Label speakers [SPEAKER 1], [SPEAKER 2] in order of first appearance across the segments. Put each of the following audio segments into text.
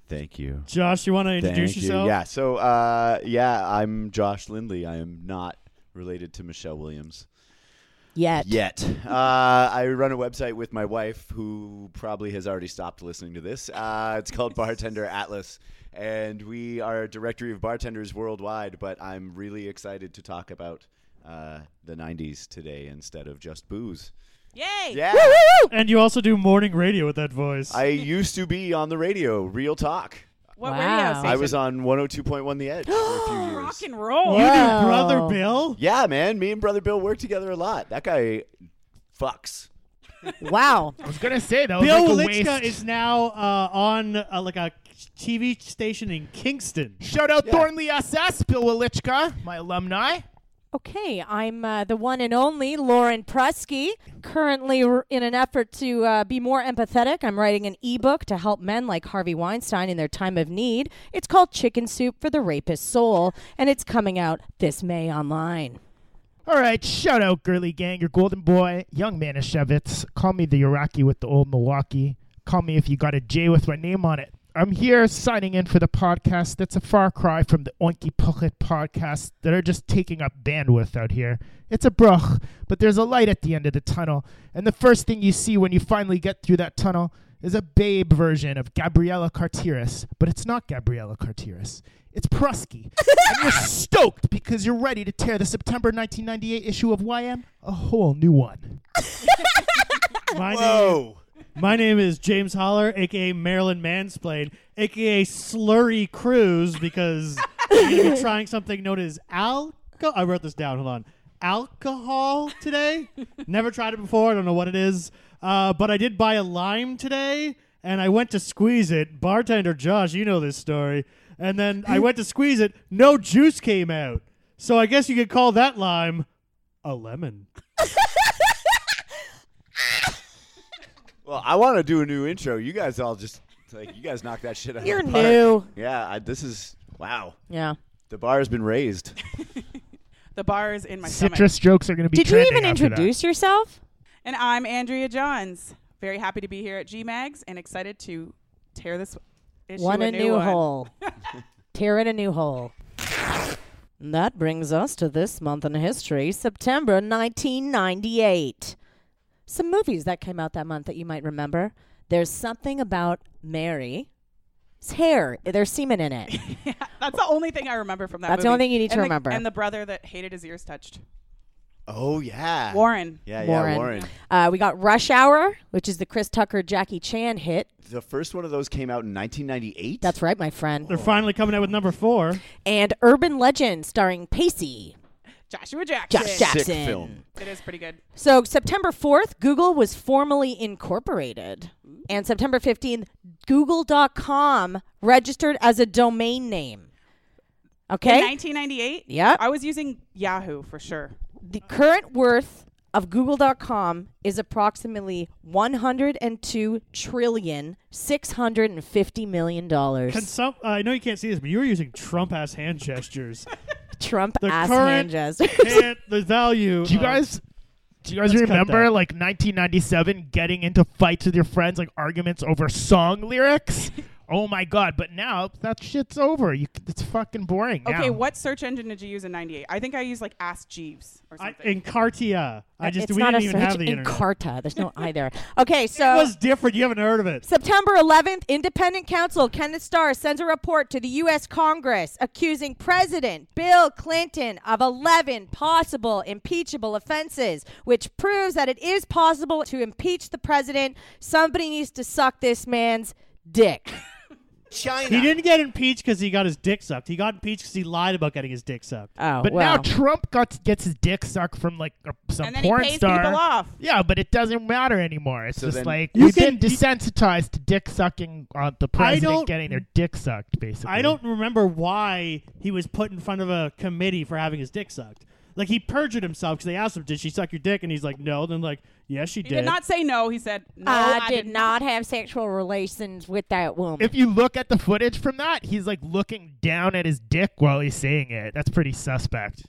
[SPEAKER 1] Thank you.
[SPEAKER 2] Josh, you want to introduce
[SPEAKER 1] Thank
[SPEAKER 2] yourself?
[SPEAKER 1] you. Yeah. So uh, yeah, I'm Josh Lindley. I am not related to Michelle Williams
[SPEAKER 3] Yet.
[SPEAKER 1] yet. Uh, I run a website with my wife, who probably has already stopped listening to this. Uh, it's called Bartender Atlas, and we are a directory of bartenders worldwide. But I'm really excited to talk about uh, the '90s today instead of just booze.
[SPEAKER 4] Yay!
[SPEAKER 1] Yeah.
[SPEAKER 2] And you also do morning radio with that voice.
[SPEAKER 1] I used to be on the radio, Real Talk.
[SPEAKER 4] What
[SPEAKER 3] Wow.
[SPEAKER 4] radio station?
[SPEAKER 1] I was on 102.1 The Edge for a few years.
[SPEAKER 4] Rock and roll.
[SPEAKER 2] you
[SPEAKER 3] Wow.
[SPEAKER 2] do Brother Bill?
[SPEAKER 1] Yeah, man. Me and brother Bill work together a lot. That guy fucks.
[SPEAKER 3] Wow.
[SPEAKER 5] I was going to say, that was
[SPEAKER 2] Bill
[SPEAKER 5] like a
[SPEAKER 2] Walitska
[SPEAKER 5] waste.
[SPEAKER 2] is now uh, on uh, like a TV station in Kingston.
[SPEAKER 5] Shout out
[SPEAKER 1] Yeah.
[SPEAKER 5] Thornley SS, Bill Walichka, my alumni.
[SPEAKER 3] Okay, I'm uh, the one and only Lauren Prusky. Currently, r- in an effort to uh, be more empathetic, I'm writing an ebook to help men like Harvey Weinstein in their time of need. It's called Chicken Soup for the Rapist Soul, and it's coming out this May online.
[SPEAKER 6] All right, shout out, girly gang, your golden boy, young Manischewitz. Call me the Iraqi with the old Milwaukee. Call me if you got a J with my name on it. I'm here signing in for the podcast that's a far cry from the Oinky Pocket podcasts that are just taking up bandwidth out here. It's a bruch, but there's a light at the end of the tunnel, and the first thing you see when you finally get through that tunnel is a babe version of Gabriella Carteris, but it's not Gabriella Carteris. It's Prusky. and you're stoked because you're ready to tear the September 1998 issue of YM a whole new one.
[SPEAKER 2] My name,
[SPEAKER 1] Whoa.
[SPEAKER 2] my name is James Holler, aka Marilyn Mansplain, aka Slurry Cruz, because I'm gonna be trying something known as alcohol. I wrote this down. Hold on, alcohol today. Never tried it before. I don't know what it is. Uh, but I did buy a lime today, and I went to squeeze it. Bartender Josh, you know this story. And then I went to squeeze it. No juice came out. So I guess you could call that lime a lemon.
[SPEAKER 1] Well, I want to do a new intro. You guys all just like you guys knock that shit out. of
[SPEAKER 3] You're
[SPEAKER 1] the park.
[SPEAKER 3] new.
[SPEAKER 1] Yeah. I, this is wow.
[SPEAKER 3] Yeah.
[SPEAKER 1] The bar has been raised.
[SPEAKER 4] The bar is in my stomach.
[SPEAKER 6] Citrus jokes are going to be
[SPEAKER 3] Did you
[SPEAKER 6] trending
[SPEAKER 3] even
[SPEAKER 6] after that.
[SPEAKER 3] introduce yourself?
[SPEAKER 4] And I'm Andrea Johns. Very happy to be here at GMAGS and excited to tear this issue
[SPEAKER 3] One
[SPEAKER 4] a,
[SPEAKER 3] a new
[SPEAKER 4] one.
[SPEAKER 3] hole. Tear it a new hole. And That brings us to this month in history, September 1998. Some movies that came out that month that you might remember. There's something about Mary's hair. There's semen in it.
[SPEAKER 4] That's the only thing I remember from that.
[SPEAKER 3] That's the only
[SPEAKER 4] movie.
[SPEAKER 3] thing you need to
[SPEAKER 4] And the-
[SPEAKER 3] remember.
[SPEAKER 4] And the brother that hated his ears touched.
[SPEAKER 1] Oh yeah.
[SPEAKER 4] Warren.
[SPEAKER 1] Yeah,
[SPEAKER 3] Warren.
[SPEAKER 1] yeah, Warren.
[SPEAKER 3] Uh, we got Rush Hour, which is the Chris Tucker Jackie Chan hit.
[SPEAKER 1] The first one of those came out in 1998.
[SPEAKER 3] That's right, my friend.
[SPEAKER 2] They're finally coming out with number four.
[SPEAKER 3] And Urban Legend, starring Pacey.
[SPEAKER 4] Joshua Jackson.
[SPEAKER 3] Josh
[SPEAKER 1] Sick
[SPEAKER 3] Jackson.
[SPEAKER 1] film.
[SPEAKER 4] It is pretty good.
[SPEAKER 3] So September 4th, Google was formally incorporated. And September 15th, Google.com registered as a domain name.
[SPEAKER 4] In
[SPEAKER 3] Okay?
[SPEAKER 4] 1998.
[SPEAKER 3] Yep.
[SPEAKER 4] I was using Yahoo for sure.
[SPEAKER 3] The current worth of Google.com is approximately $102 trillion, $650 million.
[SPEAKER 2] Consum- uh, I know you can't see this, but you were using Trump ass hand gestures.
[SPEAKER 3] Trump
[SPEAKER 2] The
[SPEAKER 3] ass
[SPEAKER 2] current-
[SPEAKER 3] hand jazz.
[SPEAKER 2] Can't- the value.
[SPEAKER 6] Do you
[SPEAKER 2] of-
[SPEAKER 6] guys? Do you guys
[SPEAKER 2] Let's cut
[SPEAKER 6] remember
[SPEAKER 2] that.
[SPEAKER 6] like 1997 getting into fights with your friends, like arguments over song lyrics?
[SPEAKER 2] Oh my god! But now that shit's over. You, c- it's fucking boring. now.
[SPEAKER 4] Okay, what search engine did you use in '98? I think I used like Ask Jeeves or
[SPEAKER 6] I,
[SPEAKER 4] something.
[SPEAKER 6] in Cartia. I just
[SPEAKER 3] it's
[SPEAKER 6] we
[SPEAKER 3] not a
[SPEAKER 6] didn't even
[SPEAKER 3] search
[SPEAKER 6] have the
[SPEAKER 3] in
[SPEAKER 6] internet.
[SPEAKER 3] Carta. There's no I there. Okay,
[SPEAKER 6] it
[SPEAKER 3] so
[SPEAKER 6] was different. You haven't heard of it.
[SPEAKER 3] September 11th, Independent Counsel Kenneth Starr sends a report to the U.S. Congress accusing President Bill Clinton of 11 possible impeachable offenses, which proves that it is possible to impeach the president. Somebody needs to suck this man's dick.
[SPEAKER 1] China.
[SPEAKER 6] He didn't get impeached because he got his dick sucked. He got impeached because he lied about getting his dick sucked.
[SPEAKER 3] Oh,
[SPEAKER 2] But now Trump got, gets his dick sucked from like a, some
[SPEAKER 4] and then he
[SPEAKER 2] porn
[SPEAKER 4] pays
[SPEAKER 2] star.
[SPEAKER 4] people off.
[SPEAKER 2] Yeah, but it doesn't matter anymore. It's
[SPEAKER 1] So
[SPEAKER 2] just
[SPEAKER 1] then-
[SPEAKER 2] like
[SPEAKER 6] You
[SPEAKER 2] we've
[SPEAKER 6] can-
[SPEAKER 2] been desensitized to dick sucking on the president
[SPEAKER 6] don't-
[SPEAKER 2] getting their dick sucked. Basically,
[SPEAKER 6] I don't remember why he was put in front of a committee for having his dick sucked. Like he perjured himself because they asked him, "Did she suck your dick?" And he's like, "No." Then like, "Yes, she
[SPEAKER 4] He did not say no. He said no.
[SPEAKER 3] I, did not have sexual relations with that woman.
[SPEAKER 2] If you look at the footage from that, he's like looking down at his dick while he's saying it. That's pretty suspect.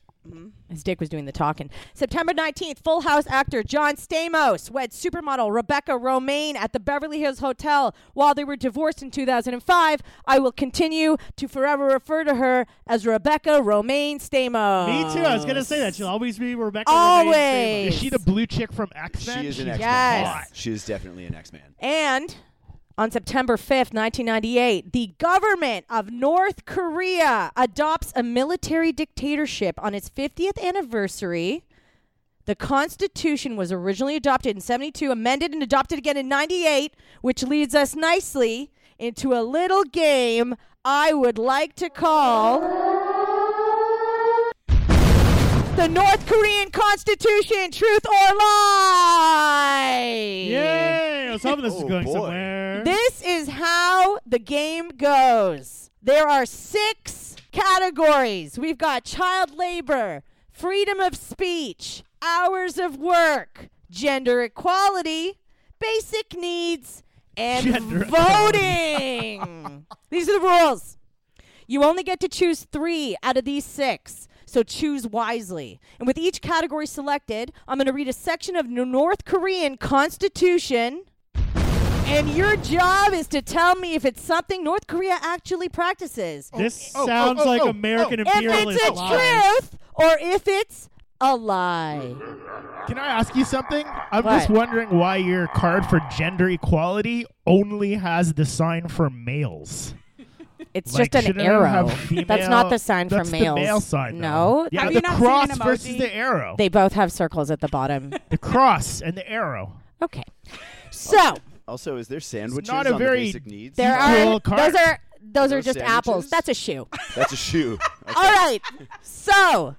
[SPEAKER 3] His dick was doing the talking. September 19th, Full House actor John Stamos wed supermodel Rebecca Romaine at the Beverly Hills Hotel while they were divorced in 2005. I will continue to forever refer to her as Rebecca Romaine Stamos.
[SPEAKER 6] Me too. I was gonna say that she'll always be Rebecca.
[SPEAKER 3] Always.
[SPEAKER 6] Remain Stamos.
[SPEAKER 2] Is she the blue chick from X Men?
[SPEAKER 1] She is an X Man.
[SPEAKER 3] Yes.
[SPEAKER 1] She is definitely an X Man.
[SPEAKER 3] And on September 5th, 1998, the government of North Korea adopts a military dictatorship on its 50th anniversary. The Constitution was originally adopted in 72, amended and adopted again in 98, which leads us nicely into a little game I would like to call the North Korean Constitution Truth or Lie.
[SPEAKER 6] Yay! I was hoping this was
[SPEAKER 1] Oh,
[SPEAKER 6] going
[SPEAKER 1] boy.
[SPEAKER 6] somewhere.
[SPEAKER 3] This is how the game goes. There are six categories. We've got child labor, freedom of speech, hours of work, gender equality, basic needs, and
[SPEAKER 2] Gender
[SPEAKER 3] voting. These are the rules. You only get to choose three out of these six, so choose wisely. And with each category selected, I'm going to read a section of the North Korean Constitution. And your job is to tell me if it's something North Korea actually practices.
[SPEAKER 6] This
[SPEAKER 2] oh, oh,
[SPEAKER 6] sounds
[SPEAKER 2] oh,
[SPEAKER 6] like
[SPEAKER 2] oh,
[SPEAKER 6] American
[SPEAKER 2] oh.
[SPEAKER 3] If
[SPEAKER 6] imperialist
[SPEAKER 3] it's a
[SPEAKER 6] lies.
[SPEAKER 3] truth or if it's a lie.
[SPEAKER 2] Can I ask you something? I'm
[SPEAKER 3] What?
[SPEAKER 2] just wondering why your card for gender equality only has the sign for males.
[SPEAKER 3] It's
[SPEAKER 2] Like,
[SPEAKER 3] just an
[SPEAKER 2] shouldn't it
[SPEAKER 3] arrow.
[SPEAKER 2] have female-
[SPEAKER 3] That's not the sign
[SPEAKER 2] that's
[SPEAKER 3] for
[SPEAKER 2] the
[SPEAKER 3] males.
[SPEAKER 2] male sign. though.
[SPEAKER 3] No,
[SPEAKER 2] Yeah,
[SPEAKER 4] Have
[SPEAKER 2] the
[SPEAKER 4] you not seen an
[SPEAKER 2] cross
[SPEAKER 4] emoji?
[SPEAKER 2] versus the arrow.
[SPEAKER 3] they both have circles at the bottom.
[SPEAKER 2] the cross and the arrow.
[SPEAKER 3] okay. So,
[SPEAKER 1] Also, is there sandwiches
[SPEAKER 2] not a
[SPEAKER 1] on
[SPEAKER 2] very-
[SPEAKER 1] the basic needs?
[SPEAKER 3] there
[SPEAKER 2] Equal
[SPEAKER 3] are
[SPEAKER 2] card.
[SPEAKER 3] those are those are
[SPEAKER 1] Those
[SPEAKER 3] just apples.
[SPEAKER 1] sandwiches?
[SPEAKER 3] That's a shoe.
[SPEAKER 1] That's a shoe. Okay.
[SPEAKER 3] All right. So,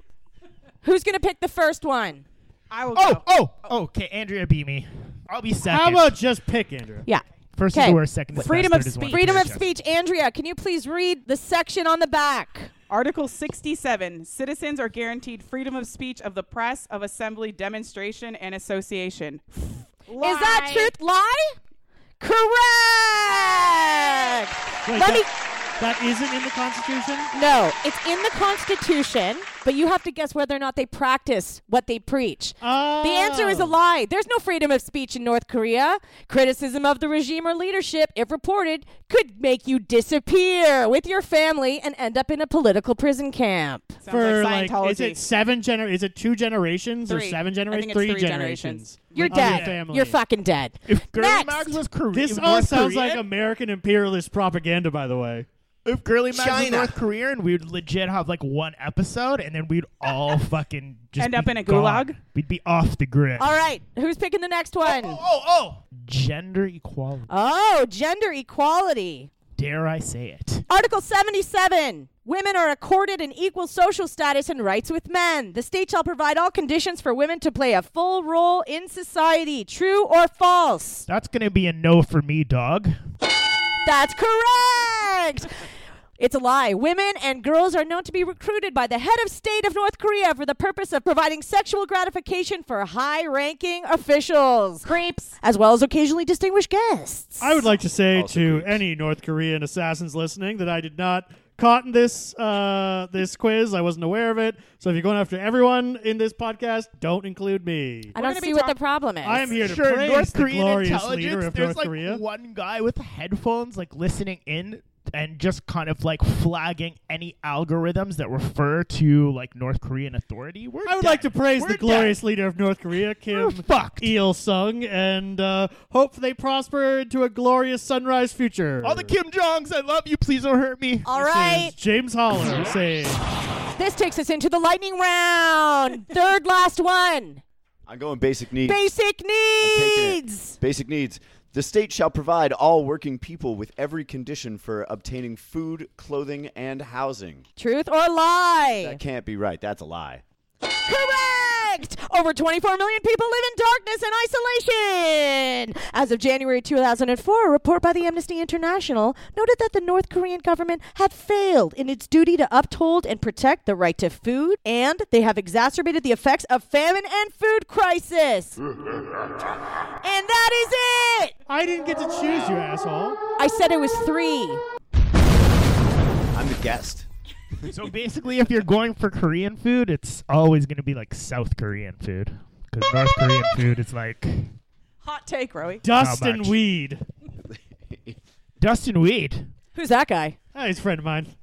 [SPEAKER 3] who's going to pick the first one?
[SPEAKER 4] I will
[SPEAKER 2] Oh,
[SPEAKER 4] go.
[SPEAKER 2] oh, okay. Andrea beat me. I'll be second.
[SPEAKER 6] How about just pick Andrew?
[SPEAKER 3] Yeah.
[SPEAKER 2] first
[SPEAKER 3] okay.
[SPEAKER 2] is the worst, second is
[SPEAKER 4] Freedom of
[SPEAKER 2] best, third is one.
[SPEAKER 4] speech.
[SPEAKER 3] Freedom of speech. Andrea, can you please read the section on the back?
[SPEAKER 4] Article 67 Citizens are guaranteed freedom of speech, of the press, of assembly, demonstration, and association.
[SPEAKER 3] Is that truth? Lie? Correct.
[SPEAKER 6] Wait,
[SPEAKER 3] Let
[SPEAKER 6] that,
[SPEAKER 3] me.
[SPEAKER 6] that isn't in the Constitution.
[SPEAKER 3] No, it's in the Constitution, but you have to guess whether or not they practice what they preach.
[SPEAKER 6] Oh.
[SPEAKER 3] The answer is a lie. There's no freedom of speech in North Korea. Criticism of the regime or leadership, if reported, could make you disappear with your family and end up in a political prison camp.
[SPEAKER 4] Sounds
[SPEAKER 6] For
[SPEAKER 4] like
[SPEAKER 6] like,
[SPEAKER 4] Scientology.
[SPEAKER 6] is it seven gener? Is it two generations
[SPEAKER 4] Three.
[SPEAKER 6] or seven
[SPEAKER 4] I
[SPEAKER 6] generations?
[SPEAKER 4] think it's
[SPEAKER 6] three,
[SPEAKER 4] three generations.
[SPEAKER 6] generations.
[SPEAKER 3] You're
[SPEAKER 6] Of your
[SPEAKER 3] dead.
[SPEAKER 6] family.
[SPEAKER 3] You're fucking dead.
[SPEAKER 2] If Girly
[SPEAKER 3] Next.
[SPEAKER 2] Max was Kore-
[SPEAKER 6] This
[SPEAKER 2] North
[SPEAKER 6] all sounds
[SPEAKER 2] Korean,
[SPEAKER 6] like American imperialist propaganda, by the way.
[SPEAKER 2] if Girly Max was
[SPEAKER 1] China.
[SPEAKER 2] North Korea, and we'd legit have like one episode, and then we'd all fucking just
[SPEAKER 4] End
[SPEAKER 2] be
[SPEAKER 4] up in a
[SPEAKER 2] gone.
[SPEAKER 4] gulag?
[SPEAKER 2] We'd be off the grid.
[SPEAKER 3] All right, who's picking the next one?
[SPEAKER 2] Oh, oh, oh. Gender equality.
[SPEAKER 3] Oh, gender equality.
[SPEAKER 2] Dare I say it?
[SPEAKER 3] Article 77. Women are accorded an equal social status and rights with men. The state shall provide all conditions for women to play a full role in society. True or false?
[SPEAKER 2] That's gonna be a no for me, dog.
[SPEAKER 3] That's correct. It's a lie. Women and girls are known to be recruited by the head of state of North Korea for the purpose of providing sexual gratification for high ranking officials,
[SPEAKER 4] Creeps.
[SPEAKER 3] as well as occasionally distinguished guests.
[SPEAKER 6] I would like to say
[SPEAKER 1] Also
[SPEAKER 6] to
[SPEAKER 1] creeps.
[SPEAKER 6] any North Korean assassins listening that I did not caught in this uh, this quiz. I wasn't aware of it. So if you're going after everyone in this podcast, don't include me.
[SPEAKER 3] I
[SPEAKER 4] We're
[SPEAKER 3] don't
[SPEAKER 4] gonna
[SPEAKER 3] see
[SPEAKER 4] be
[SPEAKER 3] what the
[SPEAKER 4] talk-
[SPEAKER 3] problem is.
[SPEAKER 6] I am here to
[SPEAKER 2] sure,
[SPEAKER 6] praise
[SPEAKER 2] North
[SPEAKER 6] the
[SPEAKER 2] Korean
[SPEAKER 6] glorious leader
[SPEAKER 2] intelligence.
[SPEAKER 6] of
[SPEAKER 2] there's
[SPEAKER 6] North
[SPEAKER 2] like
[SPEAKER 6] Korea.
[SPEAKER 2] one guy with headphones, like listening in and just kind of like flagging any algorithms that refer to like North Korean authority. We're
[SPEAKER 6] I would
[SPEAKER 2] dead.
[SPEAKER 6] like to praise
[SPEAKER 2] We're
[SPEAKER 6] the
[SPEAKER 2] dead.
[SPEAKER 6] glorious leader of E North Korea,
[SPEAKER 2] We're
[SPEAKER 6] Kim
[SPEAKER 2] fucked.
[SPEAKER 6] Il Sung, and uh, hope they prosper into a glorious sunrise future.
[SPEAKER 2] All the Kim Jongs, I love you. Please don't hurt me.
[SPEAKER 3] All
[SPEAKER 6] This is
[SPEAKER 3] right.
[SPEAKER 6] James Holler saying,
[SPEAKER 3] This takes us into the lightning round. Third last one.
[SPEAKER 1] I'm going basic needs.
[SPEAKER 3] Basic
[SPEAKER 1] taking it.
[SPEAKER 3] needs.
[SPEAKER 1] Basic needs. The state shall provide all working people with every condition for obtaining food, clothing, and housing.
[SPEAKER 3] Truth or lie?
[SPEAKER 1] That can't be right. That's a lie.
[SPEAKER 3] Correct! Over 24 million people live in darkness and isolation! As of January 2004, a report by the Amnesty International noted that the North Korean government had failed in its duty to uphold and protect the right to food, and they have exacerbated the effects of famine and food crisis. and that is it!
[SPEAKER 6] I didn't get to choose, you asshole.
[SPEAKER 3] I said it was three.
[SPEAKER 1] I'm the guest.
[SPEAKER 2] So basically, if you're going for Korean food, it's always going to be like South Korean food. Because North Korean food is like
[SPEAKER 4] Hot take, Rowie.
[SPEAKER 6] Dust
[SPEAKER 2] How
[SPEAKER 6] and
[SPEAKER 2] much?
[SPEAKER 6] weed.
[SPEAKER 2] dust and weed.
[SPEAKER 3] Who's that guy?
[SPEAKER 6] Ah, he's a friend of mine.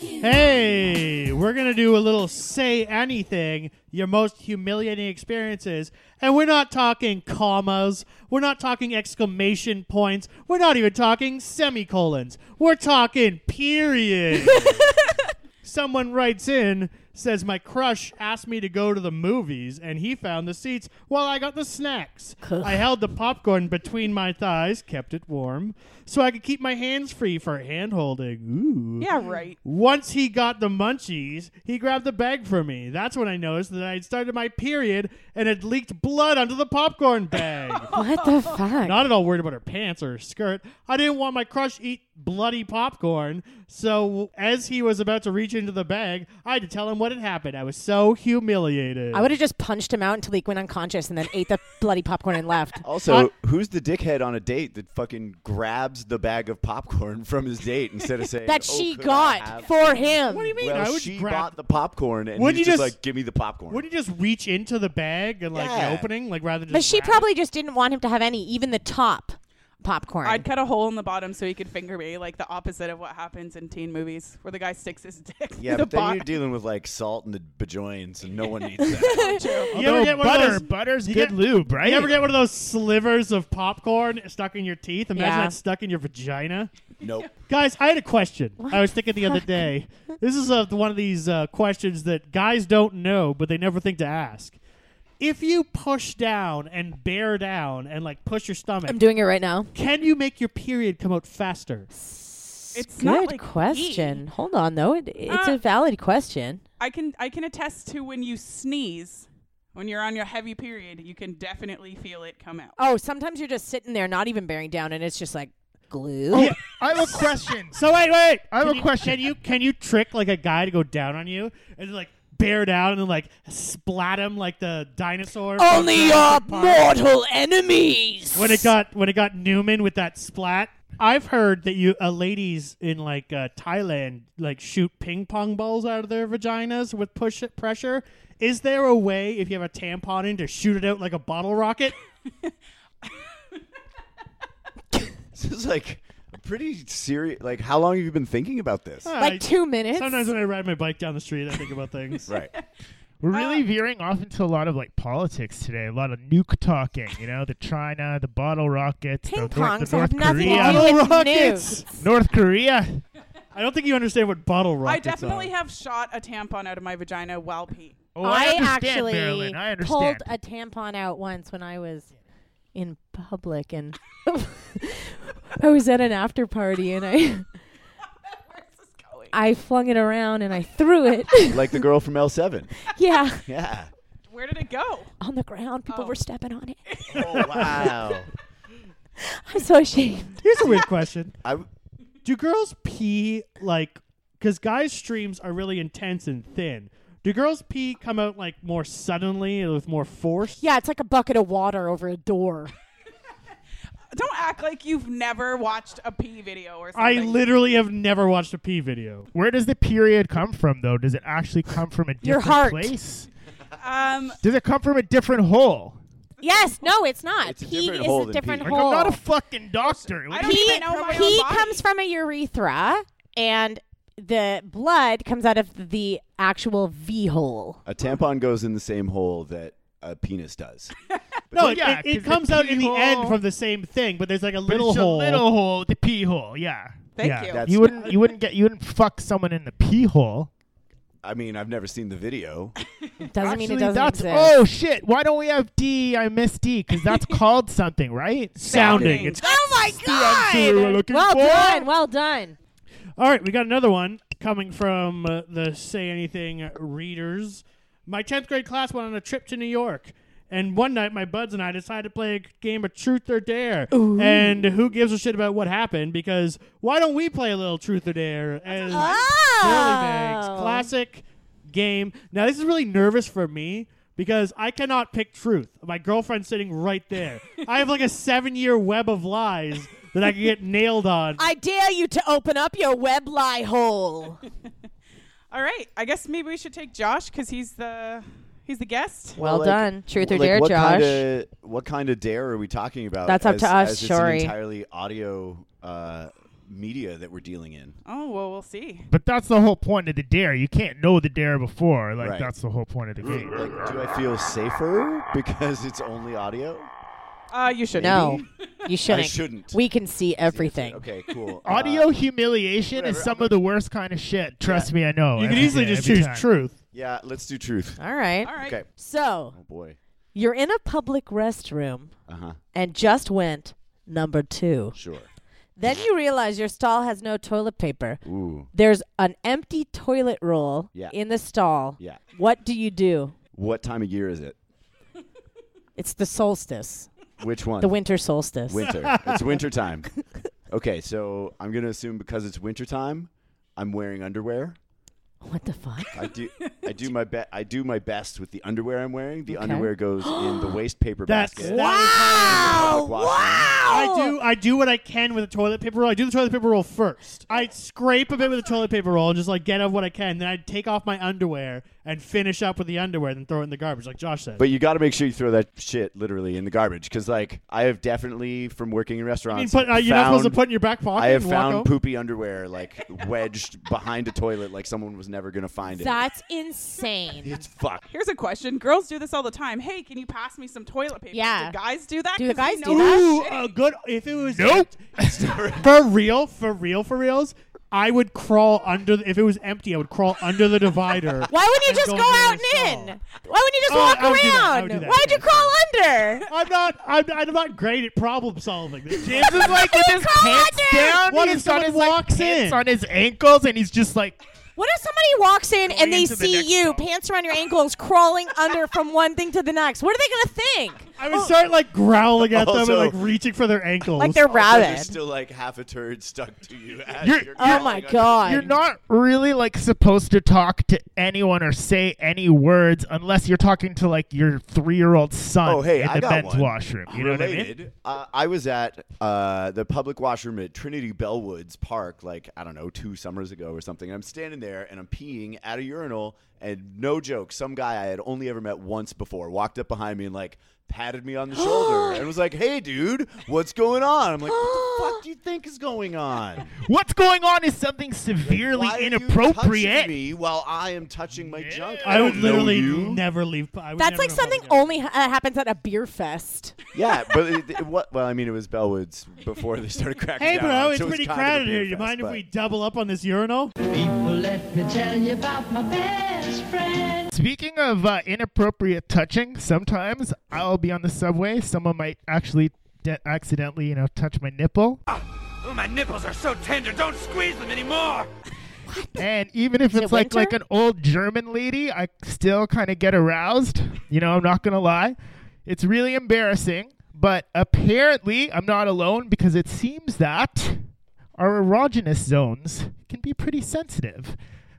[SPEAKER 6] Hey, we're gonna do a little say anything, your most humiliating experiences, and we're not talking commas, we're not talking exclamation points, we're not even talking semicolons, we're talking period. Someone writes in, says, My crush asked me to go to the movies, and he found the seats while I got the snacks. I held the popcorn between my thighs, kept it warm, so I could keep my hands free for hand holding. Ooh.
[SPEAKER 4] Yeah, right.
[SPEAKER 6] Once he got the munchies, he grabbed the bag for me. That's when I noticed that I had started my period and had leaked blood onto the popcorn bag.
[SPEAKER 3] What the fuck?
[SPEAKER 6] Not at all worried about her pants or her skirt. I didn't want my crush to eat bloody popcorn. So as he was about to reach into the bag, I had to tell him what had happened. I was so humiliated.
[SPEAKER 3] I would have just punched him out until he went unconscious and then ate the bloody popcorn and left.
[SPEAKER 1] Also, who's the dickhead on a date that fucking grabs the bag of popcorn from his date instead of saying
[SPEAKER 3] That
[SPEAKER 1] "Oh,
[SPEAKER 3] she
[SPEAKER 1] could I
[SPEAKER 3] got
[SPEAKER 1] have-"
[SPEAKER 3] for him.
[SPEAKER 6] What do you mean?
[SPEAKER 1] Well,
[SPEAKER 6] I would
[SPEAKER 1] she
[SPEAKER 6] grab-
[SPEAKER 1] bought the popcorn, and
[SPEAKER 6] Wouldn't
[SPEAKER 1] he's
[SPEAKER 6] you
[SPEAKER 1] just,
[SPEAKER 6] just-
[SPEAKER 1] like, "Give me the popcorn."
[SPEAKER 6] Wouldn't you just reach into the bag and like
[SPEAKER 1] Yeah.
[SPEAKER 6] the opening, like rather than
[SPEAKER 3] But
[SPEAKER 6] just
[SPEAKER 3] she
[SPEAKER 6] grab it?
[SPEAKER 3] probably just didn't want him to have any, even the top popcorn.
[SPEAKER 4] I'd cut a hole in the bottom so he could finger me, like the opposite of what happens in teen movies, where the guy sticks his dick
[SPEAKER 1] yeah,
[SPEAKER 4] through
[SPEAKER 1] but
[SPEAKER 4] the
[SPEAKER 1] then
[SPEAKER 4] bottom.
[SPEAKER 1] you're dealing with like salt and the bajoins, and no one needs that.
[SPEAKER 6] You ever
[SPEAKER 2] Although
[SPEAKER 6] get one
[SPEAKER 2] Oh, butter,
[SPEAKER 6] of those
[SPEAKER 2] butter's
[SPEAKER 6] you
[SPEAKER 2] good
[SPEAKER 6] get-
[SPEAKER 2] lube, right?
[SPEAKER 6] You ever get one of those slivers of popcorn stuck in your teeth? Imagine
[SPEAKER 3] Yeah.
[SPEAKER 6] that stuck in your vagina.
[SPEAKER 1] nope.
[SPEAKER 6] Guys, I had a question. I was thinking the other day. This is uh, one of these uh, questions that guys don't know, but they never think to ask. If you push down and bear down and like push your stomach,
[SPEAKER 3] I'm doing it right now.
[SPEAKER 6] can you make your period come out faster?
[SPEAKER 4] It's
[SPEAKER 3] Good
[SPEAKER 4] not like
[SPEAKER 3] question.
[SPEAKER 4] pee.
[SPEAKER 3] Hold on, though. It, it's
[SPEAKER 4] Uh,
[SPEAKER 3] a valid question.
[SPEAKER 4] I can I can attest to when you sneeze, when you're on your heavy period, you can definitely feel it come out.
[SPEAKER 3] Oh, sometimes you're just sitting there, not even bearing down, and it's just like glue.
[SPEAKER 2] I have a question.
[SPEAKER 6] Oh. So wait, wait.
[SPEAKER 2] I have
[SPEAKER 6] Can
[SPEAKER 2] a
[SPEAKER 6] you-
[SPEAKER 2] question.
[SPEAKER 6] Can you can you trick like a guy to go down on you and like bear down and then like splat him like the dinosaur? from Jurassic Park?
[SPEAKER 3] enemies.
[SPEAKER 6] when it got when it got Newman with that splat. I've heard that you uh, ladies in like uh, Thailand like shoot ping pong balls out of their vaginas with push pressure. Is there a way if you have a tampon in to shoot it out like a bottle rocket?
[SPEAKER 1] This is like a pretty serious. Like, how long have you been thinking about this?
[SPEAKER 6] I-
[SPEAKER 3] like two minutes.
[SPEAKER 6] Sometimes when I ride my bike down the street, I think about things.
[SPEAKER 1] Right.
[SPEAKER 2] We're really veering off into a lot of like politics today. A lot of nuke talking. You know, the China, the bottle rockets,
[SPEAKER 3] ping
[SPEAKER 2] the, North,
[SPEAKER 3] pongs
[SPEAKER 2] the North
[SPEAKER 3] have nothing to
[SPEAKER 2] Korea,
[SPEAKER 3] do with
[SPEAKER 6] rockets.
[SPEAKER 3] news.
[SPEAKER 2] North Korea.
[SPEAKER 6] I don't think you understand what bottle
[SPEAKER 4] I
[SPEAKER 6] rockets
[SPEAKER 4] definitely
[SPEAKER 6] are.
[SPEAKER 4] have shot a tampon out of my vagina while peeing.
[SPEAKER 2] Oh,
[SPEAKER 3] I,
[SPEAKER 2] understand,
[SPEAKER 3] actually
[SPEAKER 2] Marilyn. I
[SPEAKER 3] pulled
[SPEAKER 2] understand.
[SPEAKER 3] a tampon out once when I was in public, and I was at an after party, and I
[SPEAKER 4] Where's this going?
[SPEAKER 3] I flung it around and I threw it.
[SPEAKER 1] like the girl from L7.
[SPEAKER 3] yeah,
[SPEAKER 1] Yeah.
[SPEAKER 4] Where did it go?
[SPEAKER 3] on the ground. People
[SPEAKER 4] Oh.
[SPEAKER 3] were stepping on it.
[SPEAKER 1] Oh wow.
[SPEAKER 3] I'm so ashamed.
[SPEAKER 6] Here's a weird question:
[SPEAKER 1] I w-
[SPEAKER 6] Do girls pee like
[SPEAKER 2] because guys' streams are really intense and thin. Do girls' pee come out like more suddenly and with more force?
[SPEAKER 3] Yeah, it's like a bucket of water over a door.
[SPEAKER 4] Don't act like you've never watched a pee video or
[SPEAKER 2] I
[SPEAKER 4] something.
[SPEAKER 2] literally have never watched a pee video.
[SPEAKER 6] Where does the period come from, though? Does it actually come from a different
[SPEAKER 3] Your heart.
[SPEAKER 6] place?
[SPEAKER 4] um,
[SPEAKER 6] Does it come from a different hole?
[SPEAKER 3] yes, no, it's not.
[SPEAKER 1] It's a
[SPEAKER 3] pee
[SPEAKER 1] different hole
[SPEAKER 3] is a
[SPEAKER 1] than
[SPEAKER 3] different
[SPEAKER 1] pee.
[SPEAKER 6] Like,
[SPEAKER 3] hole.
[SPEAKER 6] I'm not a fucking doctor.
[SPEAKER 4] I don't
[SPEAKER 3] pee
[SPEAKER 4] even know my
[SPEAKER 3] pee
[SPEAKER 4] own body.
[SPEAKER 3] comes from a urethra, and the blood comes out of the actual V hole.
[SPEAKER 1] A tampon goes in the same hole that a penis does.
[SPEAKER 2] No,
[SPEAKER 6] Well,
[SPEAKER 2] it,
[SPEAKER 6] yeah,
[SPEAKER 2] it- it
[SPEAKER 6] 'cause the
[SPEAKER 2] comes out in the
[SPEAKER 6] pee
[SPEAKER 2] end
[SPEAKER 6] hole-
[SPEAKER 2] from the same thing, but there's like a
[SPEAKER 6] But
[SPEAKER 2] little
[SPEAKER 6] it's a
[SPEAKER 2] hole.
[SPEAKER 6] little hole, the pee hole. Yeah.
[SPEAKER 4] Thank
[SPEAKER 6] yeah.
[SPEAKER 4] you.
[SPEAKER 1] That's-
[SPEAKER 6] You wouldn't. You wouldn't get. You wouldn't fuck someone in the pee hole.
[SPEAKER 1] I mean, I've never seen the video.
[SPEAKER 3] Doesn't mean it
[SPEAKER 6] Actually,
[SPEAKER 3] doesn't
[SPEAKER 6] that's,
[SPEAKER 3] exist.
[SPEAKER 6] Oh shit! Why don't we have D? I miss D because that's called something, right?
[SPEAKER 2] sounding.
[SPEAKER 4] Sounding.
[SPEAKER 2] It's
[SPEAKER 3] Oh my
[SPEAKER 6] answer we're looking
[SPEAKER 3] Well
[SPEAKER 6] for.
[SPEAKER 3] done, well done.
[SPEAKER 2] All right, we got another one coming from uh, the Say Anything readers. My 10th grade class went on a trip to New York. And one night, my buds and I decided to play a game of Truth or Dare. And who gives a shit about what happened? Because why don't we play a little Truth or Dare? As Girly Bags.
[SPEAKER 3] Oh.
[SPEAKER 2] Classic game. Now, this is really nervous for me because I cannot pick truth. My girlfriend's sitting right there. I have like a seven year web of lies that I could get nailed on.
[SPEAKER 3] I dare you to open up your web lie hole.
[SPEAKER 4] All right. I guess maybe we should take Josh because he's the he's the guest.
[SPEAKER 3] Well
[SPEAKER 1] like-
[SPEAKER 3] done. Truth or
[SPEAKER 1] like,
[SPEAKER 3] dare,
[SPEAKER 1] what
[SPEAKER 3] Josh.
[SPEAKER 1] Kinda, what kind of dare are we talking about?
[SPEAKER 3] That's up
[SPEAKER 1] as-
[SPEAKER 3] to us,
[SPEAKER 1] as
[SPEAKER 3] Shory.
[SPEAKER 1] It's an entirely audio uh, media that we're dealing in.
[SPEAKER 4] Oh well, we'll see.
[SPEAKER 6] But that's the whole point of the dare. You can't know the dare before. Like
[SPEAKER 1] Right. Uh,
[SPEAKER 6] that's the whole point of the game.
[SPEAKER 1] Like, do I feel safer because it's only audio?
[SPEAKER 4] Uh, you should.
[SPEAKER 3] No, you shouldn't.
[SPEAKER 1] I shouldn't.
[SPEAKER 3] We can see everything.
[SPEAKER 1] Okay, cool. Uh,
[SPEAKER 6] Audio humiliation is
[SPEAKER 1] whatever,
[SPEAKER 6] some
[SPEAKER 1] I'm
[SPEAKER 6] of the worst kind of shit. Trust me, I know.
[SPEAKER 2] You
[SPEAKER 6] Every
[SPEAKER 2] could easily
[SPEAKER 6] day,
[SPEAKER 2] just
[SPEAKER 6] every
[SPEAKER 2] choose
[SPEAKER 6] time.
[SPEAKER 2] truth.
[SPEAKER 1] yeah, let's do truth.
[SPEAKER 3] All right.
[SPEAKER 4] All right.
[SPEAKER 1] Okay.
[SPEAKER 3] So
[SPEAKER 1] Oh boy.
[SPEAKER 3] you're in a public restroom
[SPEAKER 1] Uh huh.
[SPEAKER 3] and just went number two.
[SPEAKER 1] Sure.
[SPEAKER 3] Then you realize your stall has no toilet paper.
[SPEAKER 1] Ooh.
[SPEAKER 3] There's an empty toilet roll
[SPEAKER 1] Yeah.
[SPEAKER 3] in the stall.
[SPEAKER 1] Yeah.
[SPEAKER 3] What do you do?
[SPEAKER 1] What time of year is it?
[SPEAKER 3] It's the solstice,
[SPEAKER 1] Which one?
[SPEAKER 3] the winter solstice.
[SPEAKER 1] Winter. it's winter time. Okay, so I'm gonna assume because it's winter time, I'm wearing underwear.
[SPEAKER 3] What the fuck?
[SPEAKER 1] I do. I do my best. I do my best with the underwear I'm wearing. The
[SPEAKER 3] Okay.
[SPEAKER 1] underwear goes in the waste paper
[SPEAKER 2] That's
[SPEAKER 1] basket.
[SPEAKER 2] that was
[SPEAKER 1] Wow.
[SPEAKER 3] Wow!
[SPEAKER 2] I do I do what I can with the toilet paper roll. I do the toilet paper roll first. I'd scrape a bit with the toilet paper roll and just like get out what I can. Then I'd take off my underwear and finish up with the underwear, then throw it in the garbage, like Josh said.
[SPEAKER 1] But you got to make sure you throw that shit literally in the garbage because, like, I have definitely from working in
[SPEAKER 2] I mean,
[SPEAKER 1] restaurants.
[SPEAKER 2] put, uh, you're not supposed to
[SPEAKER 1] found-
[SPEAKER 2] put it in your back pocket.
[SPEAKER 1] I have
[SPEAKER 2] and walk
[SPEAKER 1] found
[SPEAKER 2] home?
[SPEAKER 1] poopy underwear like wedged behind a toilet, like someone was never gonna find it.
[SPEAKER 3] That's insane.
[SPEAKER 1] It's fucked.
[SPEAKER 4] Here's a question. Girls do this all the time. Hey, can you pass me some toilet paper?
[SPEAKER 3] Yeah.
[SPEAKER 4] Do guys do that?
[SPEAKER 3] Do the
[SPEAKER 4] 'Cause we
[SPEAKER 3] guys
[SPEAKER 4] know
[SPEAKER 3] do that?
[SPEAKER 2] Ooh,
[SPEAKER 4] that's
[SPEAKER 2] a
[SPEAKER 4] shitty.
[SPEAKER 2] good. If it was
[SPEAKER 6] Nope.
[SPEAKER 2] for real, for real, for reals, I would crawl under. The, if it was empty, I would crawl under the divider.
[SPEAKER 3] Why wouldn't you
[SPEAKER 2] And
[SPEAKER 3] just
[SPEAKER 2] go
[SPEAKER 3] go
[SPEAKER 2] to the
[SPEAKER 3] out
[SPEAKER 2] stall.
[SPEAKER 3] and in? Why wouldn't you just
[SPEAKER 2] Oh,
[SPEAKER 3] walk
[SPEAKER 2] I would do that. I would
[SPEAKER 3] around?
[SPEAKER 2] do that.
[SPEAKER 3] Why'd you crawl under?
[SPEAKER 2] I'm not. I'm, I'm not great at problem solving. James
[SPEAKER 6] James is like with his
[SPEAKER 3] Crawl
[SPEAKER 6] pants
[SPEAKER 3] under!
[SPEAKER 6] down.
[SPEAKER 2] What
[SPEAKER 6] he's
[SPEAKER 2] if
[SPEAKER 6] got
[SPEAKER 2] someone
[SPEAKER 6] his, like,
[SPEAKER 2] walks
[SPEAKER 6] pants
[SPEAKER 2] in?
[SPEAKER 6] on his ankles and he's just like,
[SPEAKER 3] What if somebody walks in
[SPEAKER 6] Going
[SPEAKER 3] and they
[SPEAKER 6] into the
[SPEAKER 3] see
[SPEAKER 6] next
[SPEAKER 3] you,
[SPEAKER 6] row.
[SPEAKER 3] pants around your ankles, crawling under from one thing to the next? What are they gonna think?
[SPEAKER 2] I would start like growling at them
[SPEAKER 1] Also-
[SPEAKER 2] and like reaching for their ankles.
[SPEAKER 3] Like they're
[SPEAKER 1] Also, There's
[SPEAKER 3] rabid.
[SPEAKER 1] still like half a turd stuck to you. as
[SPEAKER 6] You're-
[SPEAKER 1] you're
[SPEAKER 3] Oh
[SPEAKER 1] crawling
[SPEAKER 3] my
[SPEAKER 1] under-
[SPEAKER 3] god!
[SPEAKER 6] you're not really like supposed to talk to anyone or say any words unless you're talking to like your three-year-old son
[SPEAKER 1] Oh, hey,
[SPEAKER 6] in
[SPEAKER 1] I
[SPEAKER 6] the
[SPEAKER 1] got
[SPEAKER 6] men's
[SPEAKER 1] one.
[SPEAKER 6] washroom. You know what I mean?
[SPEAKER 1] Related, uh, I was at uh, the public washroom at Trinity Bellwoods Park, like I don't know, two summers ago or something. I'm standing there and I'm peeing at a urinal, and no joke, some guy I had only ever met once before walked up behind me and like patted me on the shoulder and was like, "Hey, dude, what's going on?" I'm like, "What the fuck do you think is going on?
[SPEAKER 6] What's going on is something severely
[SPEAKER 1] Why are you touching
[SPEAKER 6] inappropriate.
[SPEAKER 1] me while I am touching my junk.
[SPEAKER 2] I would
[SPEAKER 1] don't know
[SPEAKER 2] literally
[SPEAKER 1] you.
[SPEAKER 2] never leave. I would
[SPEAKER 3] That's
[SPEAKER 2] never
[SPEAKER 3] like
[SPEAKER 2] leave
[SPEAKER 3] something
[SPEAKER 2] public.
[SPEAKER 3] only ha- uh, happens at a beer fest.
[SPEAKER 1] yeah, but it, it, what? Well, I mean, it was Bellwoods before they started cracking
[SPEAKER 2] Hey,
[SPEAKER 1] down.
[SPEAKER 2] bro,
[SPEAKER 6] oh,
[SPEAKER 1] on it,
[SPEAKER 2] it's
[SPEAKER 1] so it was
[SPEAKER 2] pretty
[SPEAKER 1] kind of a
[SPEAKER 2] crowded
[SPEAKER 1] beer
[SPEAKER 2] here. You
[SPEAKER 1] fest,
[SPEAKER 2] mind if
[SPEAKER 1] but-
[SPEAKER 2] we double up on this urinal?
[SPEAKER 7] People, let me tell you about my best friend.
[SPEAKER 6] Speaking of uh, inappropriate touching, sometimes I'll be on the subway. Someone might actually de- accidentally, you know, touch my nipple.
[SPEAKER 8] Ah, My nipples are so tender, don't squeeze them anymore!
[SPEAKER 6] And even if
[SPEAKER 3] it
[SPEAKER 6] it's like
[SPEAKER 3] winter?
[SPEAKER 6] like an old German lady, I still kind of get aroused. You know, I'm not gonna lie. It's really embarrassing, but apparently I'm not alone because it seems that
[SPEAKER 2] Our erogenous zones can be pretty sensitive.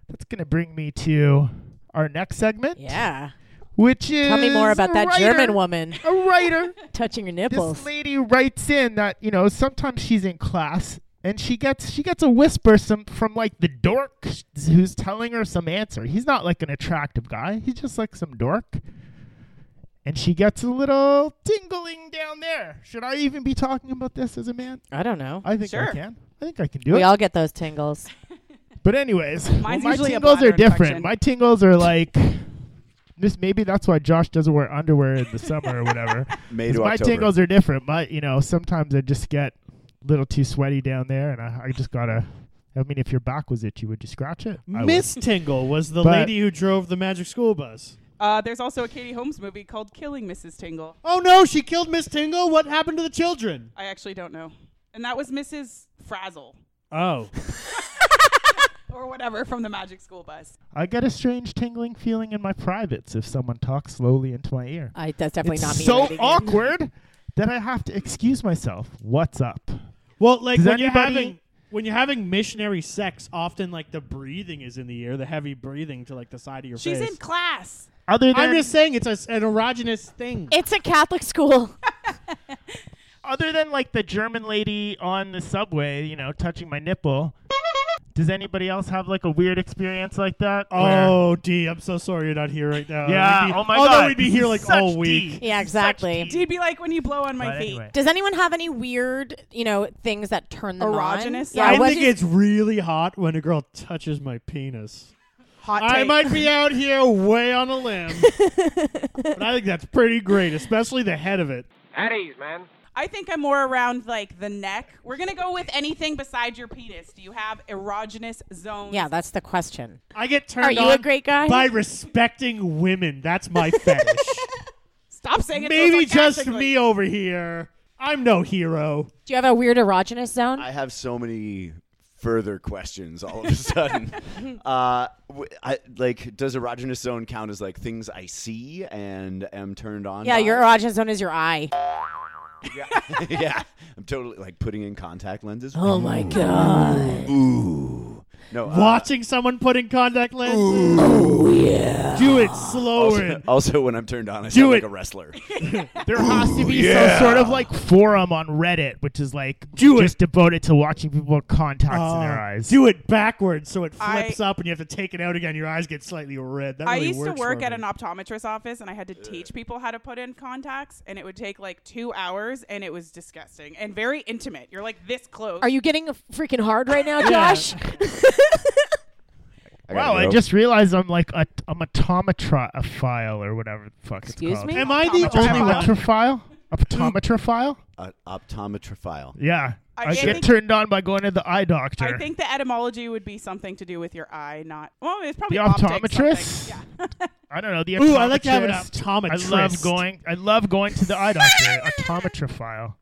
[SPEAKER 2] That's going to bring me to our next segment,
[SPEAKER 3] Yeah.
[SPEAKER 2] which is
[SPEAKER 3] Tell me more about
[SPEAKER 2] a
[SPEAKER 3] that
[SPEAKER 2] writer-
[SPEAKER 3] German woman
[SPEAKER 2] A writer
[SPEAKER 3] touching your
[SPEAKER 2] this
[SPEAKER 3] nipples.
[SPEAKER 2] lady writes in that you know sometimes she's in class and she gets she gets a whisper some from like the dork who's telling her some answer. He's not like an attractive guy. He's just like some dork. And she gets a little tingling down there. Should I even be talking about this as a man?
[SPEAKER 3] I don't know.
[SPEAKER 2] I think
[SPEAKER 4] Sure.
[SPEAKER 2] I can. I think I can do
[SPEAKER 3] we
[SPEAKER 2] it.
[SPEAKER 3] all get those tingles.
[SPEAKER 2] but anyways, well,
[SPEAKER 4] Mine's
[SPEAKER 2] my
[SPEAKER 4] usually a
[SPEAKER 2] tingles are
[SPEAKER 4] bladder
[SPEAKER 2] different.
[SPEAKER 4] infection.
[SPEAKER 2] My tingles are like this. Maybe that's why Josh doesn't wear underwear in the summer or whatever.
[SPEAKER 1] May
[SPEAKER 2] 'Cause
[SPEAKER 1] to
[SPEAKER 2] my
[SPEAKER 1] October.
[SPEAKER 2] tingles are different. My, you know, sometimes I just get a little too sweaty down there, and I, I just gotta. I mean, if your back was itchy, would you scratch it? I would.
[SPEAKER 6] Miss Tingle was the
[SPEAKER 2] But-
[SPEAKER 6] lady who drove the magic school bus.
[SPEAKER 4] Uh, there's also a Katie Holmes movie called Killing Mrs. Tingle.
[SPEAKER 6] Oh no, she killed Miss Tingle. What happened to the children?
[SPEAKER 4] I actually don't know. And that was Mrs. Frazzle
[SPEAKER 6] Oh,
[SPEAKER 4] or whatever from the Magic School Bus.
[SPEAKER 2] I get a strange tingling feeling in my privates if someone talks slowly into my ear.
[SPEAKER 3] I, that's definitely
[SPEAKER 2] it's
[SPEAKER 3] not me.
[SPEAKER 2] so
[SPEAKER 3] writing in.
[SPEAKER 2] awkward that I have to excuse myself. What's up?
[SPEAKER 6] well, like
[SPEAKER 2] Does
[SPEAKER 6] when you're
[SPEAKER 2] anybody-
[SPEAKER 6] having when you're having missionary sex, often like the breathing is in the air, the heavy breathing to like the side of your
[SPEAKER 4] She's
[SPEAKER 6] face.
[SPEAKER 4] in class.
[SPEAKER 2] Other than
[SPEAKER 6] I'm just saying it's a, an erogenous thing.
[SPEAKER 3] It's a Catholic school.
[SPEAKER 2] other than like the German lady on the subway, you know, touching my nipple. Does anybody else have like a weird experience like that? where-
[SPEAKER 6] Oh, D, I'm so sorry you're not here right now.
[SPEAKER 2] Yeah.
[SPEAKER 6] We'd be-
[SPEAKER 2] oh my
[SPEAKER 6] although
[SPEAKER 2] god.
[SPEAKER 6] we'd be here like
[SPEAKER 2] Such
[SPEAKER 6] all week.
[SPEAKER 2] deep.
[SPEAKER 3] Yeah,
[SPEAKER 2] Such
[SPEAKER 3] exactly.
[SPEAKER 2] deep.
[SPEAKER 4] She'd be like when you blow on my
[SPEAKER 2] But
[SPEAKER 4] feet.
[SPEAKER 2] anyway.
[SPEAKER 3] Does anyone have any weird, you know, things that turn them
[SPEAKER 4] Erogenous?
[SPEAKER 3] on? Yeah,
[SPEAKER 6] I
[SPEAKER 3] what-
[SPEAKER 6] think it's really hot when a girl touches my penis.
[SPEAKER 4] Hot
[SPEAKER 6] I
[SPEAKER 4] take.
[SPEAKER 6] might be out here way on a limb, but I think that's pretty great, especially the head of it.
[SPEAKER 9] At ease, man.
[SPEAKER 4] I think I'm more around like the neck. We're gonna go with anything besides your penis. Do you have erogenous zones?
[SPEAKER 3] yeah, that's the question.
[SPEAKER 6] I get turned
[SPEAKER 3] Are you
[SPEAKER 6] on
[SPEAKER 3] a great guy?
[SPEAKER 6] by respecting women. That's my fetish.
[SPEAKER 4] Stop saying it. so
[SPEAKER 6] Maybe just
[SPEAKER 4] sarcastically.
[SPEAKER 6] me over here. I'm no hero.
[SPEAKER 3] Do you have a weird erogenous zone?
[SPEAKER 1] I have so many further questions all of a sudden. uh, w- I, like, does erogenous zone count as like things I see and am turned on?
[SPEAKER 3] yeah,
[SPEAKER 1] by?
[SPEAKER 3] your erogenous zone is your eye.
[SPEAKER 1] yeah, I'm totally like putting in contact lenses.
[SPEAKER 3] Oh my god.
[SPEAKER 1] Ooh, no. uh,
[SPEAKER 6] Watching someone put in contact lenses. Do it slower.
[SPEAKER 1] also, also, when I'm turned on, I
[SPEAKER 6] Do
[SPEAKER 1] sound like
[SPEAKER 6] it.
[SPEAKER 1] a wrestler.
[SPEAKER 2] There has to be some sort of like forum on Reddit, which is like
[SPEAKER 6] Do it.
[SPEAKER 2] just devoted to watching people with contacts in their
[SPEAKER 6] Uh,
[SPEAKER 2] eyes.
[SPEAKER 6] Do it backwards so it
[SPEAKER 4] I-
[SPEAKER 6] flips up and you have to take it out again. Your eyes get slightly red. That
[SPEAKER 4] I
[SPEAKER 6] really
[SPEAKER 4] used to
[SPEAKER 6] works
[SPEAKER 4] work
[SPEAKER 6] for
[SPEAKER 4] at
[SPEAKER 6] me.
[SPEAKER 4] an optometrist's office and I had to teach people how to put in contacts and it would take like two hours and it was disgusting and very intimate. You're like this close.
[SPEAKER 3] Are you getting freaking hard right now, Josh?
[SPEAKER 1] I gotta
[SPEAKER 2] wow, I
[SPEAKER 1] go.
[SPEAKER 2] just realized I'm like a I'm autometrophile or whatever the fuck
[SPEAKER 3] Excuse
[SPEAKER 2] it's called.
[SPEAKER 3] me?
[SPEAKER 6] Am I the only one?
[SPEAKER 2] Optometrophile? Optometrophile?
[SPEAKER 1] uh, optometrophile.
[SPEAKER 2] Yeah.
[SPEAKER 4] I
[SPEAKER 2] I, get
[SPEAKER 4] think-
[SPEAKER 2] turned on by going to the eye doctor.
[SPEAKER 4] I think the etymology would be something to do with your eye, not well, it's
[SPEAKER 2] the
[SPEAKER 4] probably optics,
[SPEAKER 2] optometrist?
[SPEAKER 4] something. Yeah.
[SPEAKER 2] I don't know. The
[SPEAKER 6] Ooh, I like to have an
[SPEAKER 2] optometrist.
[SPEAKER 6] optometrist.
[SPEAKER 2] I love going I love going to the eye doctor. optometrophile.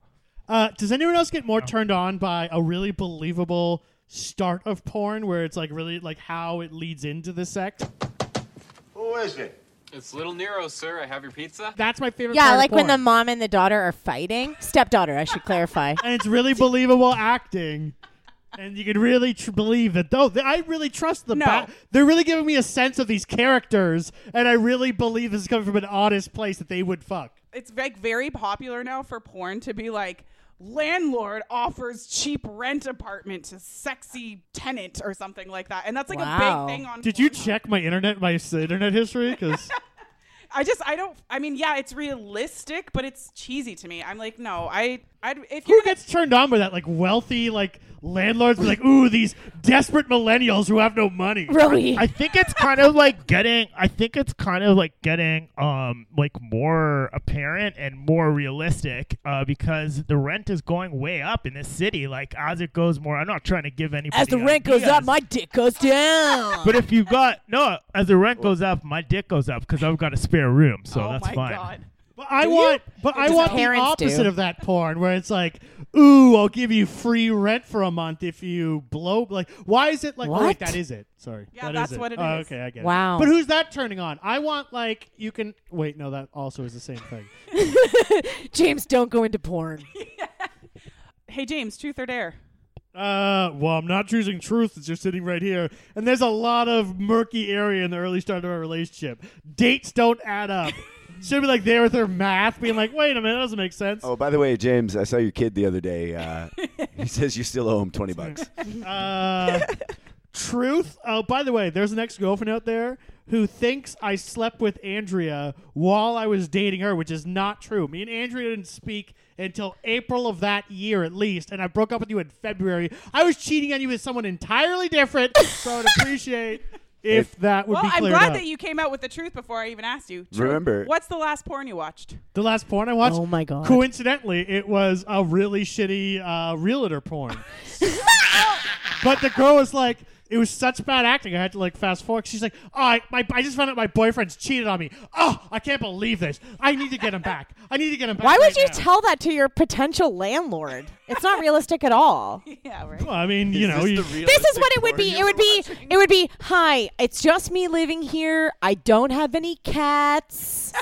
[SPEAKER 6] Uh, does anyone else get more turned on by a really believable start of porn where it's like really like how it leads into the sex?
[SPEAKER 9] Who is it?
[SPEAKER 10] It's Little Nero, sir. I have your pizza.
[SPEAKER 6] That's my favorite.
[SPEAKER 3] yeah,
[SPEAKER 6] part
[SPEAKER 3] like
[SPEAKER 6] of
[SPEAKER 3] when the
[SPEAKER 6] porn.
[SPEAKER 3] mom and the daughter are fighting. Stepdaughter, I should clarify.
[SPEAKER 6] and it's really believable acting. And you can really tr- believe that, though. th- I really trust the
[SPEAKER 4] No.
[SPEAKER 6] bat. They're really giving me a sense of these characters, and I really believe this is coming from an honest place that they would fuck.
[SPEAKER 4] It's like very popular now for porn to be like landlord offers cheap rent apartment to sexy tenant or something like that. And that's like
[SPEAKER 3] Wow.
[SPEAKER 4] a big thing on
[SPEAKER 6] Did you
[SPEAKER 4] Pornhub.
[SPEAKER 6] check my internet, my s- internet history? Because
[SPEAKER 4] I just I don't I mean yeah it's realistic but it's cheesy to me. I'm like no I I if you're
[SPEAKER 6] who
[SPEAKER 4] gonna,
[SPEAKER 6] gets turned on by that? Like wealthy, like landlords, be like, ooh, these desperate millennials who have no money.
[SPEAKER 3] really?
[SPEAKER 2] I think it's kind of like getting. I think it's kind of like getting um like more apparent and more realistic uh, because the rent is going way up in this city. Like as it goes more, I'm not trying to give anybody.
[SPEAKER 3] As the rent goes
[SPEAKER 2] ideas.
[SPEAKER 3] up, my dick goes down.
[SPEAKER 2] But if you got no, as the rent goes up, my dick goes up because I've got a spare room, so
[SPEAKER 4] oh
[SPEAKER 2] that's
[SPEAKER 4] my
[SPEAKER 2] fine.
[SPEAKER 4] god
[SPEAKER 6] But I want, but I
[SPEAKER 3] Just
[SPEAKER 6] want the
[SPEAKER 3] parents
[SPEAKER 6] opposite
[SPEAKER 3] do.
[SPEAKER 6] of that porn, where it's like, "Ooh, I'll give you free rent for a month if you blow." Like, why is it like? Oh,
[SPEAKER 3] What?
[SPEAKER 6] wait, that is it. Sorry,
[SPEAKER 4] Yeah,
[SPEAKER 6] That is
[SPEAKER 4] that's what it
[SPEAKER 6] Oh,
[SPEAKER 4] is.
[SPEAKER 6] okay, I get
[SPEAKER 3] Wow.
[SPEAKER 6] it. But who's that turning on? I want like you can wait. No, that also is the same thing.
[SPEAKER 3] James, don't go into porn.
[SPEAKER 4] hey James truth or dare
[SPEAKER 2] uh, well, I'm not choosing truth. It's just sitting right here. And there's a lot of murky area in the early start of our relationship. Dates don't add up. Should be like there with her math, being like, wait a minute, that doesn't make sense.
[SPEAKER 1] Oh, by the way, James, I saw your kid the other day. Uh, he says you still owe him twenty bucks.
[SPEAKER 2] Uh, truth. Oh, by the way, there's an ex girlfriend out there who thinks I slept with Andrea while I was dating her, which is not true. Me and Andrea didn't speak until April of that year, at least, and I broke up with you in February. I was cheating on you with someone entirely different, so I'd appreciate if that would
[SPEAKER 4] Well,
[SPEAKER 2] be
[SPEAKER 4] I'm
[SPEAKER 2] cleared
[SPEAKER 4] glad
[SPEAKER 2] up.
[SPEAKER 4] that you came out with the truth before I even asked you. Truth,
[SPEAKER 1] Remember-
[SPEAKER 4] what's the last porn you watched?
[SPEAKER 2] the last porn I watched.
[SPEAKER 3] Oh my God.
[SPEAKER 2] Coincidentally, it was a really shitty uh, realtor porn. but the girl was like, it was such bad acting. I had to like fast forward. She's like, "Oh, I, my, I just found out my boyfriend's cheated on me. Oh, I can't believe this. I need to get him back. I need to get him back."
[SPEAKER 3] Why would
[SPEAKER 2] right
[SPEAKER 3] you
[SPEAKER 2] now."
[SPEAKER 3] tell that to your potential landlord? It's not realistic at all.
[SPEAKER 4] Yeah, right.
[SPEAKER 2] Well, I mean, you know, you,
[SPEAKER 3] This is what it would be. It would be. It would be. Hi, it's just me living here. I don't have any cats.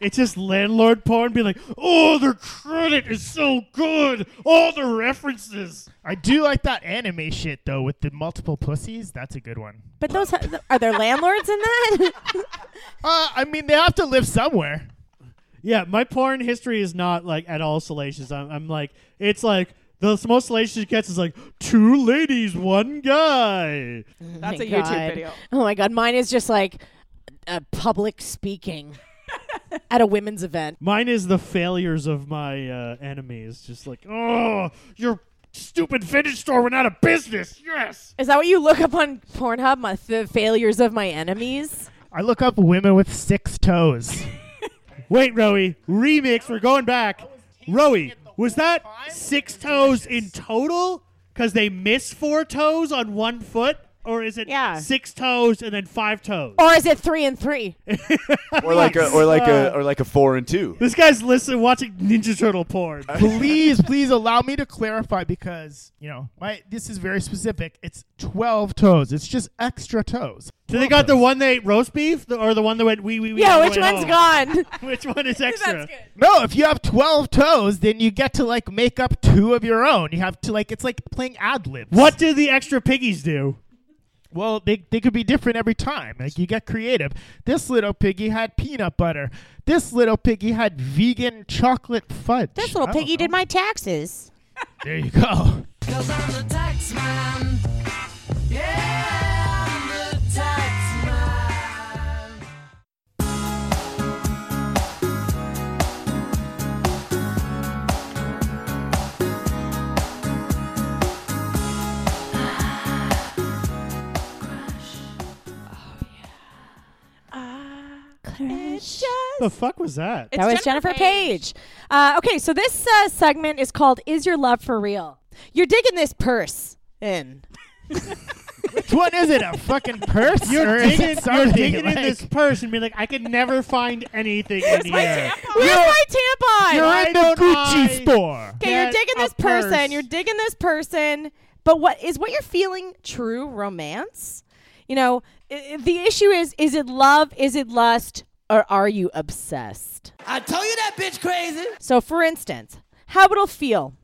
[SPEAKER 2] it's just landlord porn. Be like, "Oh, their credit is so good. All the references."
[SPEAKER 6] I do like that anime shit though with the multiple pussies. That's a good one.
[SPEAKER 3] But those ha- are there landlords in that?
[SPEAKER 6] Uh, I mean, they have to live somewhere.
[SPEAKER 2] Yeah, my porn history is not like at all salacious. I'm, I'm like, it's like the most salacious it gets is like two ladies, one guy.
[SPEAKER 4] That's
[SPEAKER 3] my
[SPEAKER 4] a YouTube
[SPEAKER 3] God.
[SPEAKER 4] video.
[SPEAKER 3] Oh my god, mine is just like uh, public speaking at a women's event.
[SPEAKER 2] Mine is the failures of my uh, enemies. Just like, oh, your stupid vintage store went out of business. Yes.
[SPEAKER 3] Is that what you look up on Pornhub? My the failures of my enemies.
[SPEAKER 6] I look up women with six toes.
[SPEAKER 2] Wait, Rowie, remix. We're going back. Rowie, was that six toes in total? Because they miss four toes on one foot, or is it
[SPEAKER 3] Yeah.
[SPEAKER 2] six toes and then five toes?
[SPEAKER 3] Or is it three and three?
[SPEAKER 1] Or like a or like a or like a four and two.
[SPEAKER 2] This guy's listening, watching Ninja Turtle porn.
[SPEAKER 6] please, please allow me to clarify because you know my this is very specific. It's twelve toes. It's just extra toes.
[SPEAKER 2] So they got the one that ate roast beef, the, or the one that went wee wee wee.
[SPEAKER 3] yeah,
[SPEAKER 2] on the
[SPEAKER 3] which
[SPEAKER 2] way
[SPEAKER 3] one's
[SPEAKER 2] home?
[SPEAKER 3] gone?
[SPEAKER 2] Which one is extra?
[SPEAKER 6] No, if you have twelve toes, then you get to like make up two of your own. You have to like it's like playing ad libs.
[SPEAKER 2] What do the extra piggies do?
[SPEAKER 6] Well, they they could be different every time. Like you get creative. This little piggy had peanut butter. This little piggy had vegan chocolate fudge.
[SPEAKER 3] This little
[SPEAKER 6] I don't
[SPEAKER 3] piggy did
[SPEAKER 6] know.
[SPEAKER 3] my taxes.
[SPEAKER 6] There you go.
[SPEAKER 7] Cause I'm the tax man. Yeah, I'm the tax man.
[SPEAKER 2] The fuck was that?
[SPEAKER 3] that was
[SPEAKER 4] It's
[SPEAKER 3] Jennifer, Page. Uh, okay, so this uh, segment is called "Is Your Love for Real?" You're digging this purse in.
[SPEAKER 6] Which one is it? A fucking purse? or
[SPEAKER 2] You're
[SPEAKER 6] is it
[SPEAKER 2] digging, you're
[SPEAKER 6] something
[SPEAKER 2] digging
[SPEAKER 6] like-
[SPEAKER 2] in this purse and be like, I could never find anything in
[SPEAKER 3] Where's
[SPEAKER 2] here.
[SPEAKER 3] my tampon?
[SPEAKER 6] You're
[SPEAKER 2] Why
[SPEAKER 6] in the
[SPEAKER 2] don't
[SPEAKER 6] Gucci
[SPEAKER 2] I-
[SPEAKER 6] store.
[SPEAKER 3] Okay, you're
[SPEAKER 2] Get
[SPEAKER 3] digging
[SPEAKER 2] a
[SPEAKER 3] this person.
[SPEAKER 2] purse.
[SPEAKER 3] You're digging this person. But what is what you're feeling true romance? You know, i- i- the issue is is it love? Is it lust? Or are you obsessed?
[SPEAKER 7] I told you that bitch crazy.
[SPEAKER 3] So, for instance, how it'll feel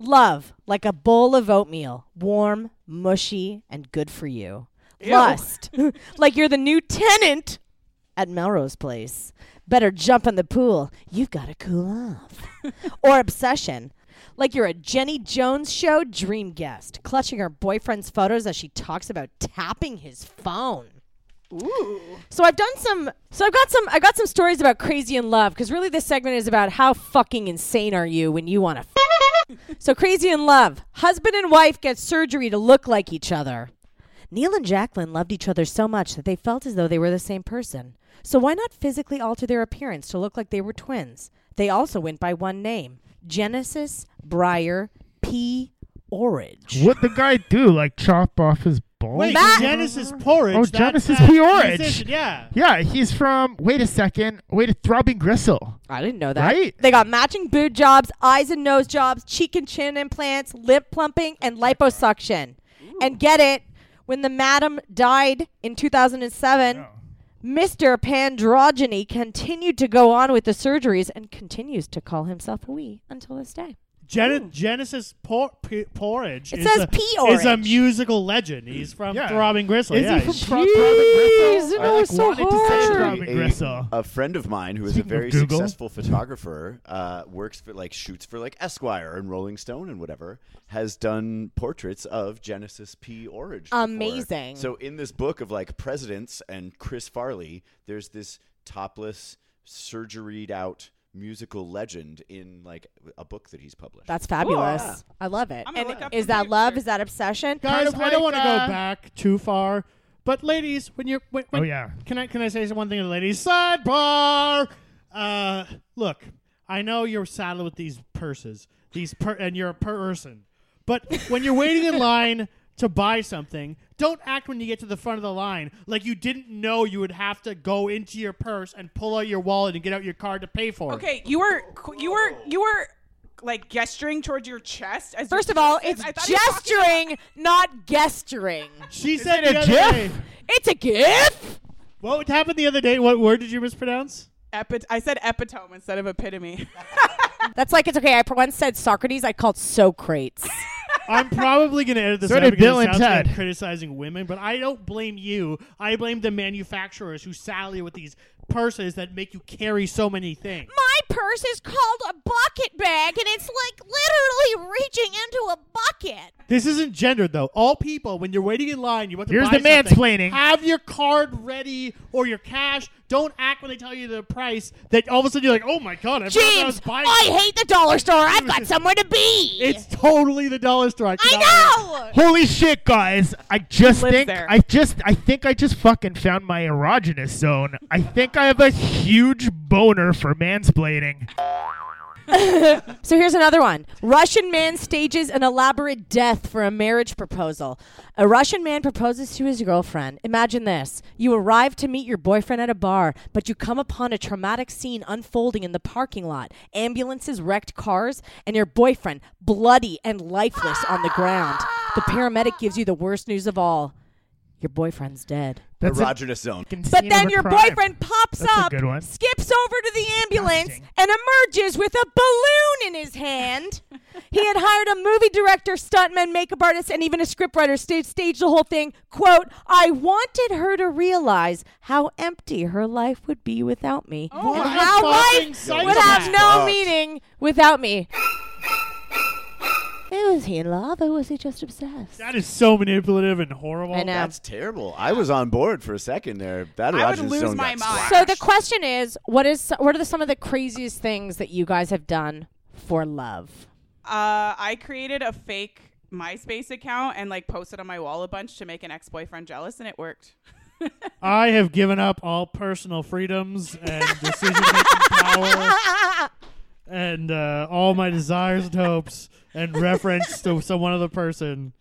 [SPEAKER 3] love like a bowl of oatmeal, warm, mushy, and good for you. Lust like you're the new tenant at Melrose Place. Better jump in the pool. You've got to cool off. or obsession. Like you're a Jenny Jones show dream guest, clutching her boyfriend's photos as she talks about tapping his phone. Ooh. So I've done some so I've got some I got some stories about crazy in love because really this segment is about how fucking insane are you when you want to f- So crazy in love. Husband and wife get surgery to look like each other. Neil and Jacqueline loved each other so much that they felt as though they were the same person. So why not physically alter their appearance to look like they were twins? They also went by one name Genesis Briar P. Orridge.
[SPEAKER 6] What the guy do? Like chop off his balls?
[SPEAKER 2] Wait,
[SPEAKER 3] Matt-
[SPEAKER 2] Genesis porridge.
[SPEAKER 6] Oh,
[SPEAKER 2] that-
[SPEAKER 6] Genesis
[SPEAKER 2] that
[SPEAKER 6] Porridge.
[SPEAKER 2] musician, Yeah.
[SPEAKER 6] Yeah, he's from. Wait a second. Wait, a throbbing gristle.
[SPEAKER 3] I didn't know that.
[SPEAKER 6] Right?
[SPEAKER 3] They got matching boob jobs, eyes and nose jobs, cheek and chin implants, lip plumping, and liposuction. And get it, when the madam died in 2007, Mr. Pandrogyny continued to go on with the surgeries and continues to call himself a wee until this day.
[SPEAKER 2] Gen- Genesis por- P- Porridge
[SPEAKER 3] It
[SPEAKER 2] is
[SPEAKER 3] says
[SPEAKER 2] a,
[SPEAKER 3] P-orridge.
[SPEAKER 2] is a musical legend. He's from
[SPEAKER 6] Yeah.
[SPEAKER 2] Throbbing Gristle.
[SPEAKER 6] Is
[SPEAKER 2] yeah.
[SPEAKER 6] he from
[SPEAKER 2] Sh-
[SPEAKER 6] Pro- Throbbing Gristle?
[SPEAKER 3] Jeez,
[SPEAKER 6] I,
[SPEAKER 3] no,
[SPEAKER 6] like,
[SPEAKER 3] it's so
[SPEAKER 6] wanted to say
[SPEAKER 3] hard.
[SPEAKER 6] Throbbing
[SPEAKER 1] A-
[SPEAKER 6] Gristle.
[SPEAKER 1] A, friend of mine who is
[SPEAKER 6] Speaking
[SPEAKER 1] a
[SPEAKER 6] of
[SPEAKER 1] very
[SPEAKER 6] Google.
[SPEAKER 1] successful photographer, uh, works for like shoots for like Esquire and Rolling Stone and whatever, has done portraits of Genesis P. Orridge. before.
[SPEAKER 3] Amazing.
[SPEAKER 1] So in this book of like presidents and Chris Farley, there's this topless, surgeried out musical legend in like a book that he's published.
[SPEAKER 3] That's fabulous. I love it.
[SPEAKER 4] I'm gonna look up
[SPEAKER 3] Is
[SPEAKER 4] the
[SPEAKER 3] that love?
[SPEAKER 4] picture.
[SPEAKER 3] Is that obsession?
[SPEAKER 2] Guys,
[SPEAKER 6] Kind of
[SPEAKER 2] I don't
[SPEAKER 6] like,
[SPEAKER 2] want to go
[SPEAKER 6] uh,
[SPEAKER 2] back too far, but ladies, when you're when, when-
[SPEAKER 6] Oh, yeah.
[SPEAKER 2] can I can I say one thing to the ladies? Sidebar. Uh, look, I know you're saddled with these purses, these per- and you're a person, but when you're waiting in line to buy something, don't act when you get to the front of the line like you didn't know you would have to go into your purse and pull out your wallet and get out your card to pay for it.
[SPEAKER 4] Okay, you were you were you were like gesturing towards your chest. As
[SPEAKER 3] First
[SPEAKER 4] you
[SPEAKER 3] of all,
[SPEAKER 4] said
[SPEAKER 3] it's
[SPEAKER 4] this. I thought you were talking about-
[SPEAKER 3] gesturing, not gesturing.
[SPEAKER 2] She said
[SPEAKER 6] it
[SPEAKER 2] the
[SPEAKER 6] a
[SPEAKER 2] other day.
[SPEAKER 6] gif?
[SPEAKER 3] It's a gift.
[SPEAKER 2] What happened the other day? What word did you mispronounce?
[SPEAKER 4] Epi- I said epitome instead of epitome.
[SPEAKER 3] That's like it's okay. I once said Socrates. I called Socrates.
[SPEAKER 2] I'm probably going to edit this
[SPEAKER 6] So
[SPEAKER 2] out
[SPEAKER 6] did
[SPEAKER 2] because
[SPEAKER 6] Bill
[SPEAKER 2] it
[SPEAKER 6] and
[SPEAKER 2] sounds like I'm
[SPEAKER 6] Ted.
[SPEAKER 2] criticizing women, but I don't blame you. I blame the manufacturers who sally with these purses that make you carry so many things.
[SPEAKER 3] My purse is called a bucket bag, and it's like literally reaching into a bucket.
[SPEAKER 2] This isn't gendered though. All people, when you're waiting in line, you want to
[SPEAKER 6] Here's
[SPEAKER 2] buy
[SPEAKER 6] the
[SPEAKER 2] something,
[SPEAKER 6] mansplaining.
[SPEAKER 2] Have your card ready or your cash. Don't act when they tell you the price. That all of a sudden you're like, oh my god, I forgot what I was
[SPEAKER 3] James,
[SPEAKER 2] buying.
[SPEAKER 3] I hate the dollar store. I've got somewhere to be.
[SPEAKER 2] It's totally the dollar store. I,
[SPEAKER 3] I
[SPEAKER 2] cannot wait.
[SPEAKER 3] know.
[SPEAKER 6] Holy shit, guys! I just
[SPEAKER 4] Lives
[SPEAKER 6] think
[SPEAKER 4] there.
[SPEAKER 6] I just I think I just fucking found my erogenous zone. I think I have a huge boner for mansplaining.
[SPEAKER 3] So here's another one. Russian man stages an elaborate death for a marriage proposal. A Russian man proposes to his girlfriend. Imagine this. You arrive to meet your boyfriend at a bar, but you come upon a traumatic scene unfolding in the parking lot. Ambulances, wrecked cars, and your boyfriend bloody and lifeless on the ground. The paramedic gives you the worst news of all. Your boyfriend's dead.
[SPEAKER 6] That's a
[SPEAKER 1] Erogenous zone.
[SPEAKER 6] fucking
[SPEAKER 3] But
[SPEAKER 6] scene
[SPEAKER 3] then
[SPEAKER 6] of a
[SPEAKER 3] your
[SPEAKER 6] crime.
[SPEAKER 3] boyfriend pops
[SPEAKER 6] That's a
[SPEAKER 3] up,
[SPEAKER 6] good one.
[SPEAKER 3] skips over to the ambulance,
[SPEAKER 6] Disgusting.
[SPEAKER 3] and emerges with a balloon in his hand. he had hired a movie director, stuntman, makeup artist, and even a scriptwriter to stage the whole thing. Quote, I wanted her to realize how empty her life would be without me.
[SPEAKER 6] Oh
[SPEAKER 3] and
[SPEAKER 2] my
[SPEAKER 3] how
[SPEAKER 2] fucking
[SPEAKER 3] life would have no
[SPEAKER 1] Fuck.
[SPEAKER 3] meaning without me. was he in love or was he just obsessed?
[SPEAKER 2] That is so manipulative and horrible.
[SPEAKER 3] I know.
[SPEAKER 1] That's terrible. I was on board for a second there. That
[SPEAKER 4] I would
[SPEAKER 1] erogenous
[SPEAKER 4] lose
[SPEAKER 1] zone
[SPEAKER 4] my
[SPEAKER 1] got
[SPEAKER 4] mind.
[SPEAKER 3] So
[SPEAKER 1] slashed.
[SPEAKER 3] the question is, what is what are the- some of the craziest things that you guys have done for love?
[SPEAKER 4] Uh, I created a fake MySpace account and like posted on my wall a bunch to make an ex-boyfriend jealous, and it worked.
[SPEAKER 2] I have given up all personal freedoms and decision-making power and uh, all my desires and hopes and reference to some other person.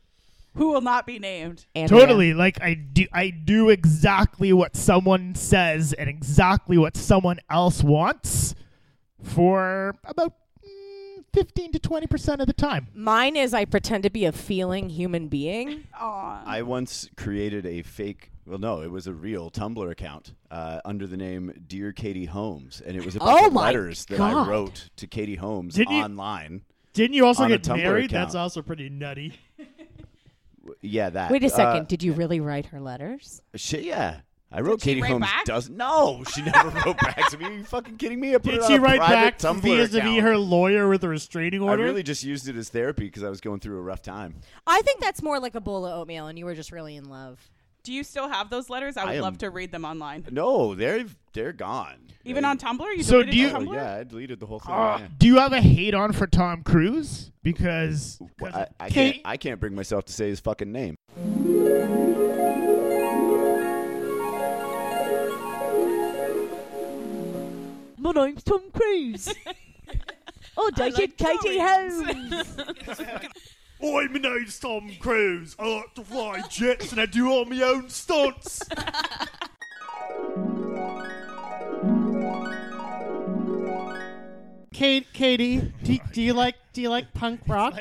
[SPEAKER 4] Who will not be named?
[SPEAKER 3] Andrea?
[SPEAKER 6] Totally. Like I do I do exactly what someone says and exactly what someone else wants for about mm, 15 to 20% of the time.
[SPEAKER 3] Mine is I pretend to be a feeling human being.
[SPEAKER 4] Aw.
[SPEAKER 1] I once created a fake. Well, no, it was a real Tumblr account uh, under the name Dear Katie Holmes, and it was a bunch
[SPEAKER 3] Oh
[SPEAKER 1] of
[SPEAKER 3] my
[SPEAKER 1] letters that
[SPEAKER 3] God.
[SPEAKER 1] I wrote to Katie Holmes
[SPEAKER 2] Didn't you-
[SPEAKER 1] online.
[SPEAKER 2] Didn't you also
[SPEAKER 1] On a
[SPEAKER 2] get
[SPEAKER 1] Tumblr
[SPEAKER 2] married?
[SPEAKER 1] account.
[SPEAKER 2] That's also pretty nutty.
[SPEAKER 1] W- Yeah, that.
[SPEAKER 3] Wait a second,
[SPEAKER 1] Uh,
[SPEAKER 3] did you really write her letters?
[SPEAKER 1] Shit, yeah. I wrote
[SPEAKER 4] she
[SPEAKER 1] Katie
[SPEAKER 4] write
[SPEAKER 1] Holmes
[SPEAKER 4] back?
[SPEAKER 1] does no. She never wrote back to me. Are you fucking kidding me? I put
[SPEAKER 2] Did
[SPEAKER 1] it on
[SPEAKER 2] she
[SPEAKER 1] a
[SPEAKER 2] write
[SPEAKER 1] private
[SPEAKER 2] back
[SPEAKER 1] Tumblr
[SPEAKER 2] vis-a-vis
[SPEAKER 1] account.
[SPEAKER 2] her lawyer with a restraining
[SPEAKER 1] I
[SPEAKER 2] order?
[SPEAKER 1] really just used it as therapy because I was going through a rough time.
[SPEAKER 3] I think that's more like a bowl of oatmeal, and you were just really in love.
[SPEAKER 4] Do you still have those letters? I would
[SPEAKER 1] I am-
[SPEAKER 4] love to read them online.
[SPEAKER 1] No, they're they're gone.
[SPEAKER 4] Even
[SPEAKER 1] They-
[SPEAKER 4] on Tumblr, you
[SPEAKER 6] So
[SPEAKER 4] deleted
[SPEAKER 6] do you-
[SPEAKER 4] your
[SPEAKER 1] Oh,
[SPEAKER 4] Tumblr?
[SPEAKER 1] yeah, I deleted the whole thing.
[SPEAKER 2] Ah,
[SPEAKER 1] yeah.
[SPEAKER 6] Do you have a hate on for Tom Cruise? Because
[SPEAKER 1] Well, I, I
[SPEAKER 6] Kate-
[SPEAKER 1] can't. I can't bring myself to say his fucking name.
[SPEAKER 3] My name's Tom Cruise. oh, dated Katie Holmes.
[SPEAKER 2] Oh, my name's Tom Cruise. I like to fly jets and I do all my own stunts. Kate, Katie, do, do you like do you like punk rock?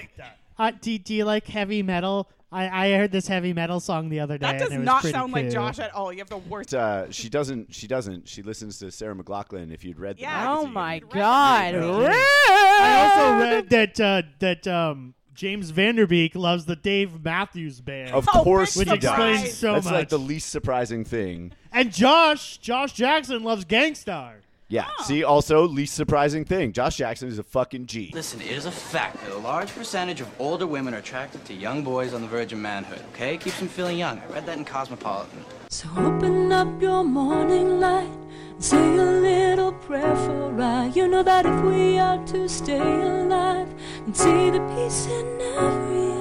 [SPEAKER 2] uh, do, do you like heavy metal? I, I heard this heavy metal song the other day.
[SPEAKER 4] That
[SPEAKER 2] and
[SPEAKER 4] does
[SPEAKER 2] it was
[SPEAKER 4] not
[SPEAKER 2] pretty
[SPEAKER 4] sound like
[SPEAKER 2] cool.
[SPEAKER 4] Josh at all. You have the worst.
[SPEAKER 1] Uh, she doesn't. She doesn't. She listens to Sarah McLaughlin. If you'd read the
[SPEAKER 4] Yeah.
[SPEAKER 3] Oh
[SPEAKER 1] magazine.
[SPEAKER 3] my
[SPEAKER 4] Red.
[SPEAKER 3] God.
[SPEAKER 2] Red. I also read that uh, that um, James Vanderbeek loves the Dave Matthews Band,
[SPEAKER 1] Of
[SPEAKER 4] Oh,
[SPEAKER 1] course,
[SPEAKER 4] big
[SPEAKER 2] which
[SPEAKER 1] he does.
[SPEAKER 2] explains
[SPEAKER 4] surprise.
[SPEAKER 2] so
[SPEAKER 1] That's
[SPEAKER 2] much.
[SPEAKER 1] like the least surprising thing.
[SPEAKER 2] and Josh Josh Jackson loves Gangstar.
[SPEAKER 1] Yeah. See, also least surprising thing. Josh Jackson is a fucking G.
[SPEAKER 11] Listen, it is a fact that a large percentage of older women are attracted to young boys on the verge of manhood, okay? Keeps them feeling young. I read that in Cosmopolitan.
[SPEAKER 7] So open up your morning light and say a little prayer for I. You know that if we are to stay alive and see the peace in every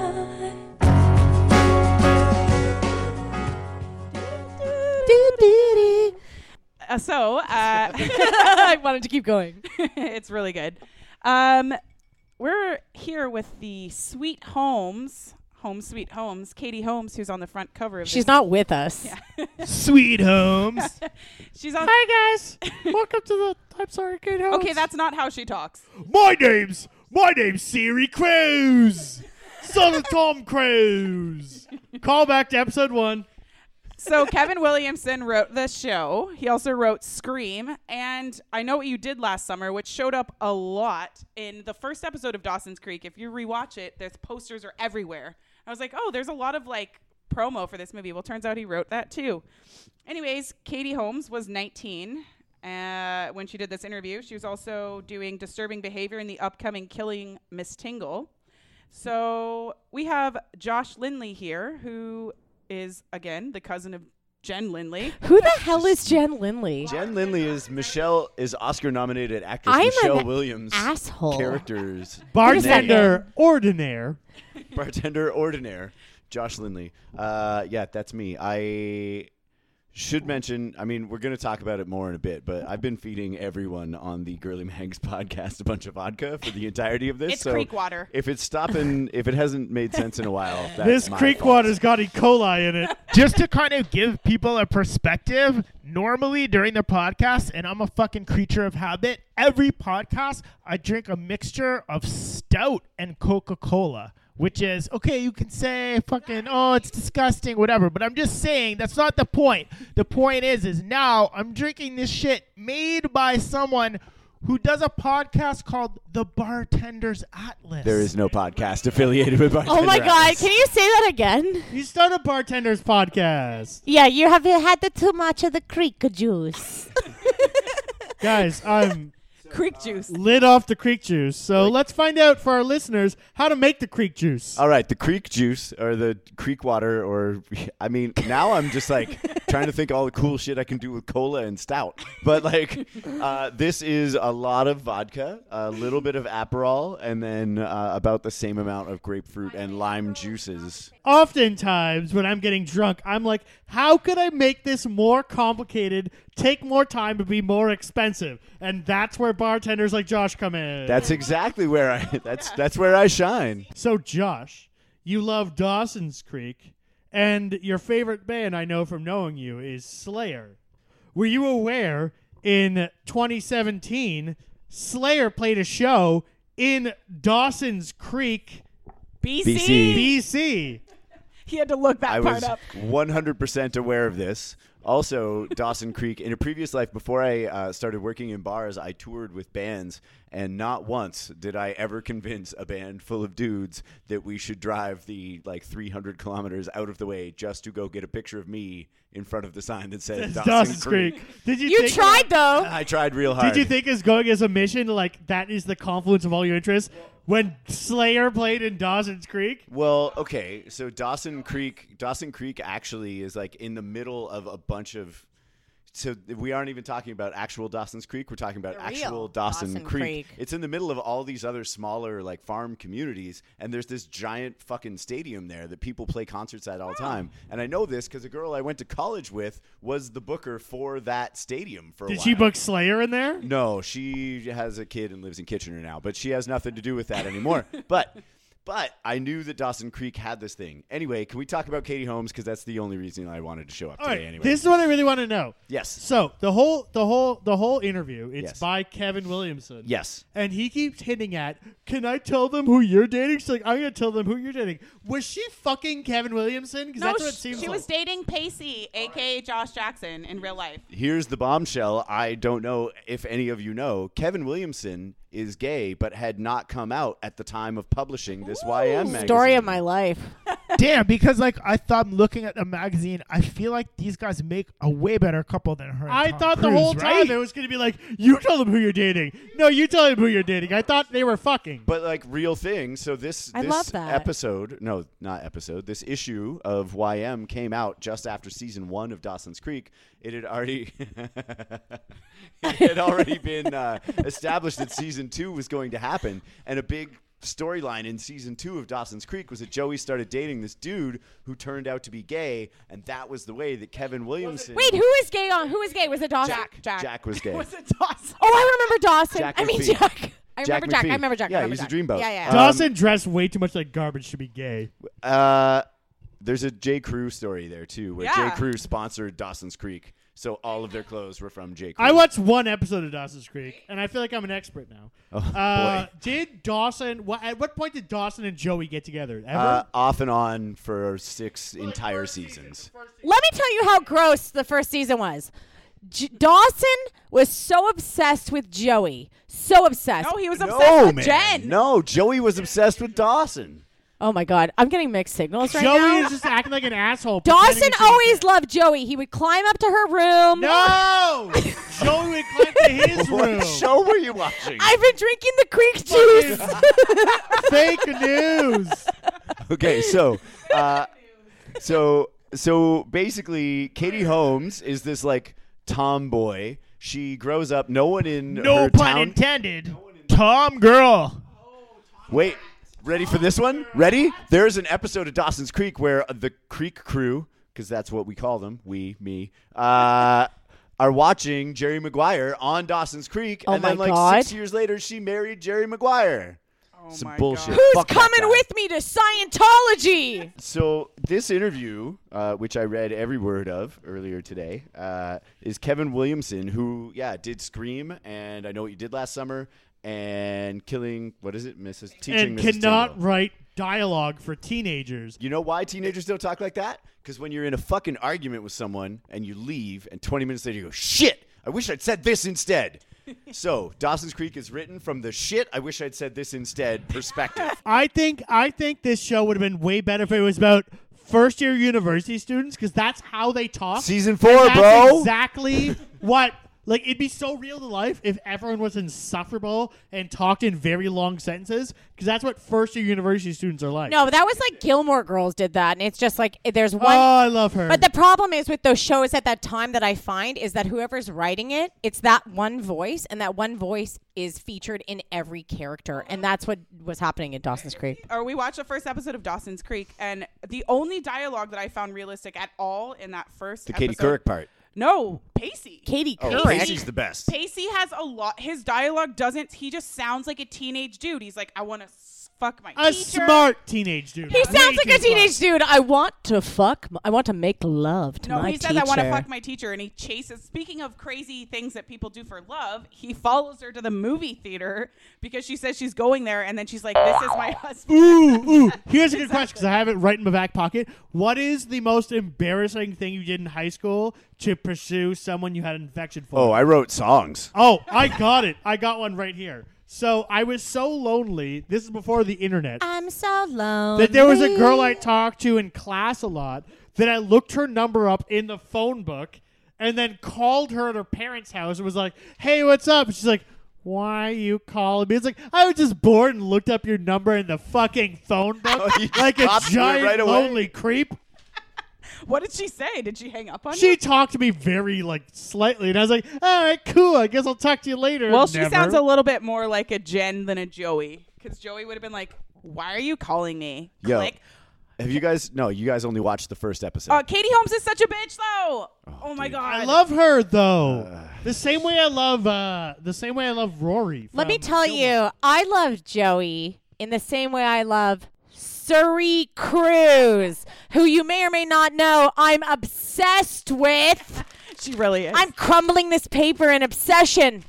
[SPEAKER 7] eye.
[SPEAKER 4] Uh, so uh,
[SPEAKER 3] I wanted to keep going.
[SPEAKER 4] it's really good. Um, we're here with the Sweet Homes, Home Sweet Homes, Katie Holmes, who's on the front cover of
[SPEAKER 3] She's
[SPEAKER 4] this.
[SPEAKER 3] not with us.
[SPEAKER 6] Sweet homes.
[SPEAKER 4] She's on.
[SPEAKER 2] Hi guys, welcome to the I'm sorry, Kate Holmes.
[SPEAKER 4] Okay, that's not how she talks.
[SPEAKER 2] my name's my name's Siri Cruz, son of Tom Cruise. Call back to episode one.
[SPEAKER 4] So Kevin Williamson wrote the show. He also wrote Scream and I Know What You Did Last Summer, which showed up a lot in the first episode of Dawson's Creek. If you rewatch it, there's posters are everywhere. I was like, oh, there's a lot of like promo for this movie. Well, turns out he wrote that too. Anyways, Katie Holmes was 19 uh, when she did this interview. She was also doing Disturbing Behavior in the upcoming Killing Miss Tingle. So we have Josh Lindley here, who is again the cousin of Jen Lindley.
[SPEAKER 3] Who the hell is Jen Lindley?
[SPEAKER 1] Jen Lindley is Michelle is Oscar nominated actress
[SPEAKER 3] I'm
[SPEAKER 1] Michelle
[SPEAKER 3] an
[SPEAKER 1] Williams
[SPEAKER 3] asshole.
[SPEAKER 1] characters
[SPEAKER 3] does that
[SPEAKER 2] Bartender ordinaire.
[SPEAKER 1] bartender ordinaire Josh Lindley. Uh, yeah, that's me. I should mention. I mean, we're going to talk about it more in a bit, but I've been feeding everyone on the Girly Mags podcast a bunch of vodka for the entirety of this.
[SPEAKER 4] It's
[SPEAKER 1] so
[SPEAKER 4] creek water.
[SPEAKER 1] If it's stopping, if it hasn't made sense in a while, that's
[SPEAKER 2] This
[SPEAKER 1] my
[SPEAKER 2] creek
[SPEAKER 1] fault.
[SPEAKER 2] water's got E. coli in it.
[SPEAKER 6] Just to kind of give people a perspective, normally during the podcast, and I'm a fucking creature of habit, every podcast I drink a mixture of stout and Coca Cola. Which is okay, you can say fucking oh it's disgusting, whatever, but I'm just saying that's not the point. The point is is now I'm drinking this shit made by someone who does a podcast called The Bartender's Atlas.
[SPEAKER 1] There is no podcast affiliated with bartender.
[SPEAKER 3] Oh my God.
[SPEAKER 1] Atlas.
[SPEAKER 3] Can you say that again?
[SPEAKER 2] You start a bartender's podcast.
[SPEAKER 3] Yeah, you have had the too much of the creek juice.
[SPEAKER 2] Guys, I'm
[SPEAKER 4] Creek juice.
[SPEAKER 2] lit off the creek juice. So let's find out for our listeners how to make the creek juice.
[SPEAKER 1] All right, the creek juice or the creek water, or I mean, now I'm just like trying to think all the cool shit I can do with cola and stout. But like, uh, this is a lot of vodka, a little bit of Aperol, and then uh, about the same amount of grapefruit and lime juices.
[SPEAKER 2] Oftentimes, when I'm getting drunk, I'm like, how could I make this more complicated, take more time, to be more expensive? And that's where bartenders like Josh come in.
[SPEAKER 1] That's exactly where I. That's that's where I shine.
[SPEAKER 2] so, Josh, you love Dawson's Creek, and your favorite band I know from knowing you is Slayer. Were you aware in 2017 Slayer played a show in Dawson's Creek,
[SPEAKER 4] BC.
[SPEAKER 1] BC.
[SPEAKER 2] BC?
[SPEAKER 4] He had to look that
[SPEAKER 1] I
[SPEAKER 4] part
[SPEAKER 1] was
[SPEAKER 4] up.
[SPEAKER 1] 100% aware of this. Also, Dawson Creek, in a previous life, before I uh, started working in bars, I toured with bands, and not once did I ever convince a band full of dudes that we should drive the like 300 kilometers out of the way just to go get a picture of me in front of the sign that said Dawson,
[SPEAKER 2] Dawson's
[SPEAKER 1] Creek.
[SPEAKER 2] Creek. Did you?
[SPEAKER 3] You
[SPEAKER 2] think
[SPEAKER 3] tried, though.
[SPEAKER 1] I tried real hard.
[SPEAKER 2] Did you think as going as a mission like that is the confluence of all your interests? When Slayer played in Dawson's Creek,
[SPEAKER 1] Well, okay. So Dawson Creek, Dawson Creek actually is like in the middle of a bunch of. So we aren't even talking about actual Dawson's Creek. We're talking about
[SPEAKER 3] The real
[SPEAKER 1] actual Dawson,
[SPEAKER 3] Dawson
[SPEAKER 1] Creek.
[SPEAKER 3] Creek.
[SPEAKER 1] It's in the middle of all these other smaller like farm communities, and there's this giant fucking stadium there that people play concerts at all the time. And I know this because a girl I went to college with was the booker for that stadium for a
[SPEAKER 2] did
[SPEAKER 1] while.
[SPEAKER 2] she book Slayer in there?
[SPEAKER 1] No, she has a kid and lives in Kitchener now, but she has nothing to do with that anymore. but But I knew that Dawson Creek had this thing. Anyway, can we talk about Katie Holmes? Because that's the only reason I wanted to show up
[SPEAKER 2] All
[SPEAKER 1] today.
[SPEAKER 2] right,
[SPEAKER 1] Anyway,
[SPEAKER 2] this is what I really want to know.
[SPEAKER 1] Yes.
[SPEAKER 2] So the whole the whole the whole interview it's
[SPEAKER 1] Yes.
[SPEAKER 2] by Kevin Williamson.
[SPEAKER 1] Yes.
[SPEAKER 2] And he keeps hinting at, "Can I tell them who you're dating?" She's like, "I'm gonna tell them who you're dating." Was she fucking Kevin Williamson? Because
[SPEAKER 4] No,
[SPEAKER 2] that's what it
[SPEAKER 4] sh-
[SPEAKER 2] seems
[SPEAKER 4] she
[SPEAKER 2] like.
[SPEAKER 4] was dating Pacey, aka Josh Jackson, in real life.
[SPEAKER 1] here's the bombshell. I don't know if any of you know. Kevin Williamson is gay, but had not come out at the time of publishing this YM magazine.
[SPEAKER 3] Story of my life.
[SPEAKER 6] Damn, because like I thought, I'm looking at the magazine, I feel like these guys make a way better couple than her. and
[SPEAKER 2] I
[SPEAKER 6] Tom
[SPEAKER 2] thought the
[SPEAKER 6] Cruise,
[SPEAKER 2] whole
[SPEAKER 6] right?
[SPEAKER 2] time it was gonna be like, "You tell them who you're dating." No, you tell them who you're dating. I thought they were
[SPEAKER 6] Um,
[SPEAKER 2] fucking.
[SPEAKER 1] but like real thing. So this
[SPEAKER 3] I
[SPEAKER 1] this
[SPEAKER 3] love that.
[SPEAKER 1] episode, no, not episode. This issue of YM came out just after season one of Dawson's Creek. It had already it had already been uh, established that season two was going to happen, and a big. Storyline in season two of Dawson's Creek was that Joey started dating this dude who turned out to be gay, and that was the way that Kevin Williamson.
[SPEAKER 3] Wait, who is gay on? Who is gay? Was it Dawson?
[SPEAKER 4] Jack, Jack,
[SPEAKER 1] Jack was gay.
[SPEAKER 4] Was it Dawson?
[SPEAKER 3] Oh, I remember Dawson.
[SPEAKER 1] Jack
[SPEAKER 3] I mean
[SPEAKER 1] McPhee.
[SPEAKER 3] Jack. I remember Jack.
[SPEAKER 1] McPhee.
[SPEAKER 3] I remember Jack. I
[SPEAKER 1] Yeah,
[SPEAKER 3] remember
[SPEAKER 1] he's a
[SPEAKER 3] Jack.
[SPEAKER 1] dreamboat.
[SPEAKER 3] Yeah, yeah.
[SPEAKER 1] Uh,
[SPEAKER 2] Dawson dressed way too much like garbage to be gay.
[SPEAKER 1] Uh, there's a J. Crew story there too, where J.
[SPEAKER 4] Yeah.
[SPEAKER 1] Crew sponsored Dawson's Creek, so all of their clothes were from J. Crew.
[SPEAKER 2] I watched one episode of Dawson's Creek, and I feel like I'm an expert now.
[SPEAKER 1] Oh,
[SPEAKER 2] uh,
[SPEAKER 1] boy.
[SPEAKER 2] Did Dawson? What, at what point did Dawson and Joey get together? Ever?
[SPEAKER 1] Uh, off and on for six entire seasons.
[SPEAKER 3] Let me tell you how gross the first season was. J- Dawson was so obsessed with Joey. So obsessed.
[SPEAKER 4] No, he was obsessed
[SPEAKER 1] No,
[SPEAKER 4] with
[SPEAKER 1] man.
[SPEAKER 4] Jen.
[SPEAKER 1] No, Joey was obsessed with Dawson.
[SPEAKER 3] Oh my God. I'm getting mixed signals right
[SPEAKER 2] Joey
[SPEAKER 3] now.
[SPEAKER 2] is just acting like an asshole. pretending
[SPEAKER 3] Dawson
[SPEAKER 2] it's his
[SPEAKER 3] always
[SPEAKER 2] dad.
[SPEAKER 3] loved Joey. He would climb up to her room.
[SPEAKER 2] No, Joey would climb to his room.
[SPEAKER 1] What show were you watching?
[SPEAKER 3] I've been drinking the creek juice.
[SPEAKER 2] Fake news.
[SPEAKER 1] okay, so, uh, so, so basically, Katie Holmes is this like tomboy. She grows up. No one in
[SPEAKER 6] No
[SPEAKER 1] her
[SPEAKER 6] pun
[SPEAKER 1] town.
[SPEAKER 6] intended. Tom girl.
[SPEAKER 1] Wait, ready for this one? Ready? There's an episode of Dawson's Creek where the Creek crew, because that's what we call them, we, me, uh, are watching Jerry Maguire on Dawson's Creek,
[SPEAKER 3] Oh
[SPEAKER 1] and then
[SPEAKER 3] my
[SPEAKER 1] like
[SPEAKER 3] God.
[SPEAKER 1] six years later, she married Jerry Maguire.
[SPEAKER 4] Oh
[SPEAKER 1] Some
[SPEAKER 4] my
[SPEAKER 1] bullshit.
[SPEAKER 4] God.
[SPEAKER 3] Who's
[SPEAKER 1] Fuck that guy.
[SPEAKER 3] coming with me to Scientology?
[SPEAKER 1] So this interview, uh, which I read every word of earlier today, uh, is Kevin Williamson, who yeah did Scream and I Know What You Did Last Summer and Killing. What is it, Mrs. Teaching
[SPEAKER 2] and
[SPEAKER 1] Mrs.
[SPEAKER 2] cannot
[SPEAKER 1] Tingle.
[SPEAKER 2] write dialogue for teenagers.
[SPEAKER 1] You know why teenagers don't talk like that? Because when you're in a fucking argument with someone and you leave, and 20 minutes later you go, shit, I wish I'd said this instead. so, Dawson's Creek is written from the shit, I wish I'd said this instead perspective.
[SPEAKER 2] I think I think this show would have been way better if it was about first year university students because that's how they talk.
[SPEAKER 1] Season four,
[SPEAKER 2] That's
[SPEAKER 1] bro.
[SPEAKER 2] Exactly what. Like it'd be so real to life if everyone was insufferable and talked in very long sentences because that's what first year university students are like.
[SPEAKER 3] No, that was like Gilmore Girls did that, and it's just like there's
[SPEAKER 2] oh,
[SPEAKER 3] one.
[SPEAKER 2] I love her.
[SPEAKER 3] But the problem is with those shows at that time that I find is that whoever's writing it, it's that one voice, and that one voice is featured in every character, and that's what was happening in Dawson's Creek.
[SPEAKER 4] Or we watched the first episode of Dawson's Creek, and the only dialogue that I found realistic at all in that first
[SPEAKER 1] the Katie
[SPEAKER 4] episode-
[SPEAKER 1] Couric part.
[SPEAKER 4] No, Pacey.
[SPEAKER 3] Katie
[SPEAKER 1] Oh,
[SPEAKER 3] Couric.
[SPEAKER 1] Casey's the best.
[SPEAKER 4] Pacey has a lot. His dialogue doesn't. He just sounds like a teenage dude. He's like, I want to fuck my
[SPEAKER 2] a
[SPEAKER 4] teacher.
[SPEAKER 2] smart teenage dude.
[SPEAKER 3] He sounds
[SPEAKER 2] Way
[SPEAKER 3] like a
[SPEAKER 2] too smart.
[SPEAKER 3] teenage dude. I want to fuck. m- I want to make love to
[SPEAKER 4] No,
[SPEAKER 3] my
[SPEAKER 4] he says
[SPEAKER 3] teacher.
[SPEAKER 4] I want to fuck my teacher, and he chases. Speaking of crazy things that people do for love, he follows her to the movie theater because she says she's going there, and then she's like, "This is my husband."
[SPEAKER 2] Ooh, ooh. Here's a good question because I have it right in my back pocket. What is the most embarrassing thing you did in high school to pursue someone you had an infection for?
[SPEAKER 1] Oh, I wrote songs.
[SPEAKER 2] Oh, I got it. I got one right here. So I was so lonely. This is before the internet.
[SPEAKER 3] I'm so lonely.
[SPEAKER 2] That there was a girl I talked to in class a lot that I looked her number up in the phone book and then called her at her parents' house and was like, hey, what's up? And she's like, why are you calling me? It's like, I was just bored and looked up your number in the fucking phone book
[SPEAKER 1] you just
[SPEAKER 2] like a
[SPEAKER 1] copped to it
[SPEAKER 2] giant
[SPEAKER 1] right away?
[SPEAKER 2] lonely creep.
[SPEAKER 4] What did she say? Did she hang up on
[SPEAKER 2] She
[SPEAKER 4] you?
[SPEAKER 2] talked to me very, like, slightly, and I was like, all right, cool. I guess I'll talk to you later.
[SPEAKER 4] Well, she
[SPEAKER 2] Never.
[SPEAKER 4] sounds a little bit more like a Jen than a Joey, because Joey would have been like, "Why are you calling me?"
[SPEAKER 1] Yo.
[SPEAKER 4] Click.
[SPEAKER 1] Have you guys? No, you guys only watched the first episode.
[SPEAKER 4] Uh, Katie Holmes is such a bitch, though. Oh, my
[SPEAKER 1] dude.
[SPEAKER 4] god.
[SPEAKER 2] I love her though.
[SPEAKER 1] Uh,
[SPEAKER 2] the same way I love uh the same way I love Rory.
[SPEAKER 3] Let me
[SPEAKER 2] from
[SPEAKER 3] tell
[SPEAKER 2] Gilmore.
[SPEAKER 3] you, I love Joey in the same way I love Surrey Cruz, who you may or may not know, I'm obsessed with.
[SPEAKER 4] She really is.
[SPEAKER 3] I'm crumbling this paper in obsession.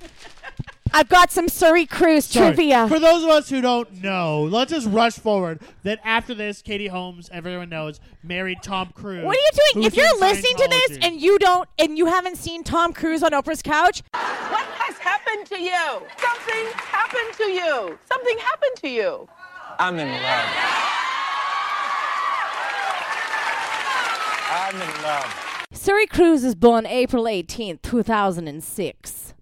[SPEAKER 3] I've got some Surrey Cruz
[SPEAKER 2] Sorry.
[SPEAKER 3] trivia.
[SPEAKER 2] For those of us who don't know, let's just rush forward. That after this, Katie Holmes, everyone knows, married Tom Cruise.
[SPEAKER 3] What are you doing?
[SPEAKER 2] who's
[SPEAKER 3] If you're
[SPEAKER 2] in
[SPEAKER 3] listening to this
[SPEAKER 2] Scientology.
[SPEAKER 3] and you don't and you haven't seen Tom Cruise on Oprah's couch,
[SPEAKER 12] What has happened to you? Something happened to you. Something happened to you.
[SPEAKER 13] I'm in love. I'm in love.
[SPEAKER 3] Surrey Cruz was born April 18th, 2006.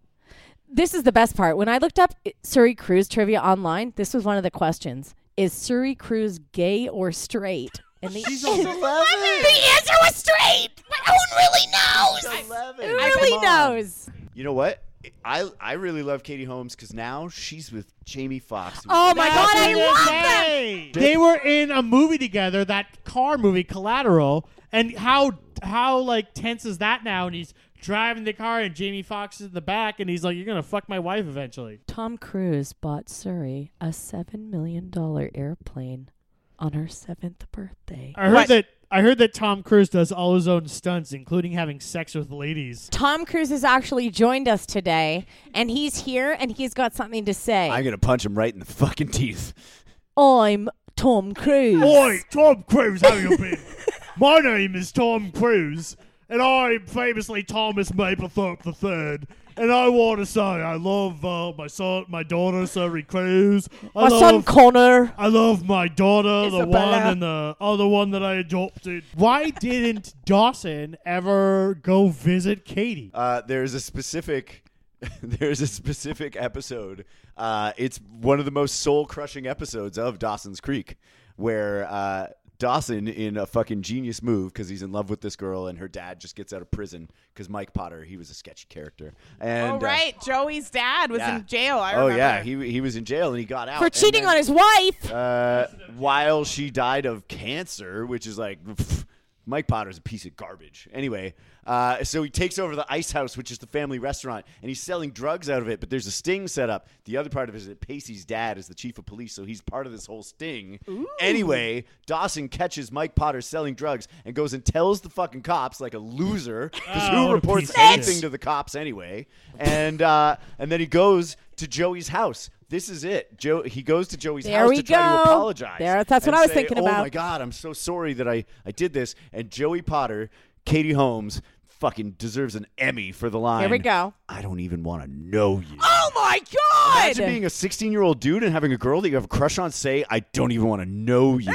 [SPEAKER 3] This is the best part. When I looked up i- Surrey Cruz trivia online, this was one of the questions. Is Surrey Cruz gay or straight? And the, the answer was straight. But who really knows? Who really knows?
[SPEAKER 1] You know what? I I really love Katie Holmes because now she's with Jamie Foxx.
[SPEAKER 3] Oh my God, I love
[SPEAKER 2] They were in a movie together, that car movie, Collateral, and how how like tense is that now? And he's driving the car, and Jamie Foxx is in the back, and he's like, "You're gonna fuck my wife eventually."
[SPEAKER 3] Tom Cruise bought Surrey a $7 million airplane on her seventh birthday.
[SPEAKER 2] I heard that. I heard that Tom Cruise does all his own stunts, including having sex with ladies.
[SPEAKER 3] Tom Cruise has actually joined us today, and he's here, and he's got something to say.
[SPEAKER 1] I'm gonna punch him right in the fucking teeth.
[SPEAKER 3] I'm Tom Cruise.
[SPEAKER 2] Oi, Tom Cruise, how you been? My name is Tom Cruise, and I'm famously Thomas Mapplethorpe III. And I want to say I love uh, my son, my daughter, Suri Cruz. I
[SPEAKER 3] My son
[SPEAKER 2] love-
[SPEAKER 3] Connor.
[SPEAKER 2] I love my daughter, the one
[SPEAKER 3] Isabella.
[SPEAKER 2] and the other one that I adopted. Why didn't Dawson ever go visit Katie?
[SPEAKER 1] Uh, there's a specific there's a specific episode. Uh, it's one of the most soul crushing episodes of Dawson's Creek, where uh, Dawson, in a fucking genius move, because he's in love with this girl, and her dad just gets out of prison because Mike Potter, he was a sketchy character. And
[SPEAKER 4] oh
[SPEAKER 1] uh,
[SPEAKER 4] right, Joey's dad was
[SPEAKER 1] yeah.
[SPEAKER 4] in jail. I
[SPEAKER 1] oh
[SPEAKER 4] remember.
[SPEAKER 1] yeah, he he was in jail and he got out
[SPEAKER 3] For
[SPEAKER 1] and
[SPEAKER 3] cheating
[SPEAKER 1] then-
[SPEAKER 3] on his wife.
[SPEAKER 1] uh, while she died of cancer, which is like pff, Mike Potter's a piece of garbage. Anyway, uh, so he takes over the Ice House, which is the family restaurant, and he's selling drugs out of it. But there's a sting set up. The other part of it is that Pacey's dad is the chief of police, so he's part of this whole sting. Anyway, Dawson catches Mike Potter selling drugs and goes and tells the fucking cops like a loser because
[SPEAKER 2] Oh,
[SPEAKER 1] who
[SPEAKER 2] what a
[SPEAKER 1] reports
[SPEAKER 2] piece of
[SPEAKER 1] anything
[SPEAKER 2] shit.
[SPEAKER 1] to the cops anyway? And uh, and then he goes to Joey's house. This is it. Joe. He goes to Joey's
[SPEAKER 3] There
[SPEAKER 1] house
[SPEAKER 3] we
[SPEAKER 1] to try to
[SPEAKER 3] go.
[SPEAKER 1] apologize.
[SPEAKER 3] There- that's what
[SPEAKER 1] and
[SPEAKER 3] I was
[SPEAKER 1] say,
[SPEAKER 3] thinking
[SPEAKER 1] Oh
[SPEAKER 3] about."
[SPEAKER 1] my god, I'm so sorry that I I did this. And Joey Potter, Katie Holmes, fucking deserves an Emmy for the line.
[SPEAKER 3] Here we go.
[SPEAKER 1] I don't even want to know you.
[SPEAKER 3] Oh my God!
[SPEAKER 1] Imagine being a 16 year old dude and having a girl that you have a crush on say, I don't even want to know you.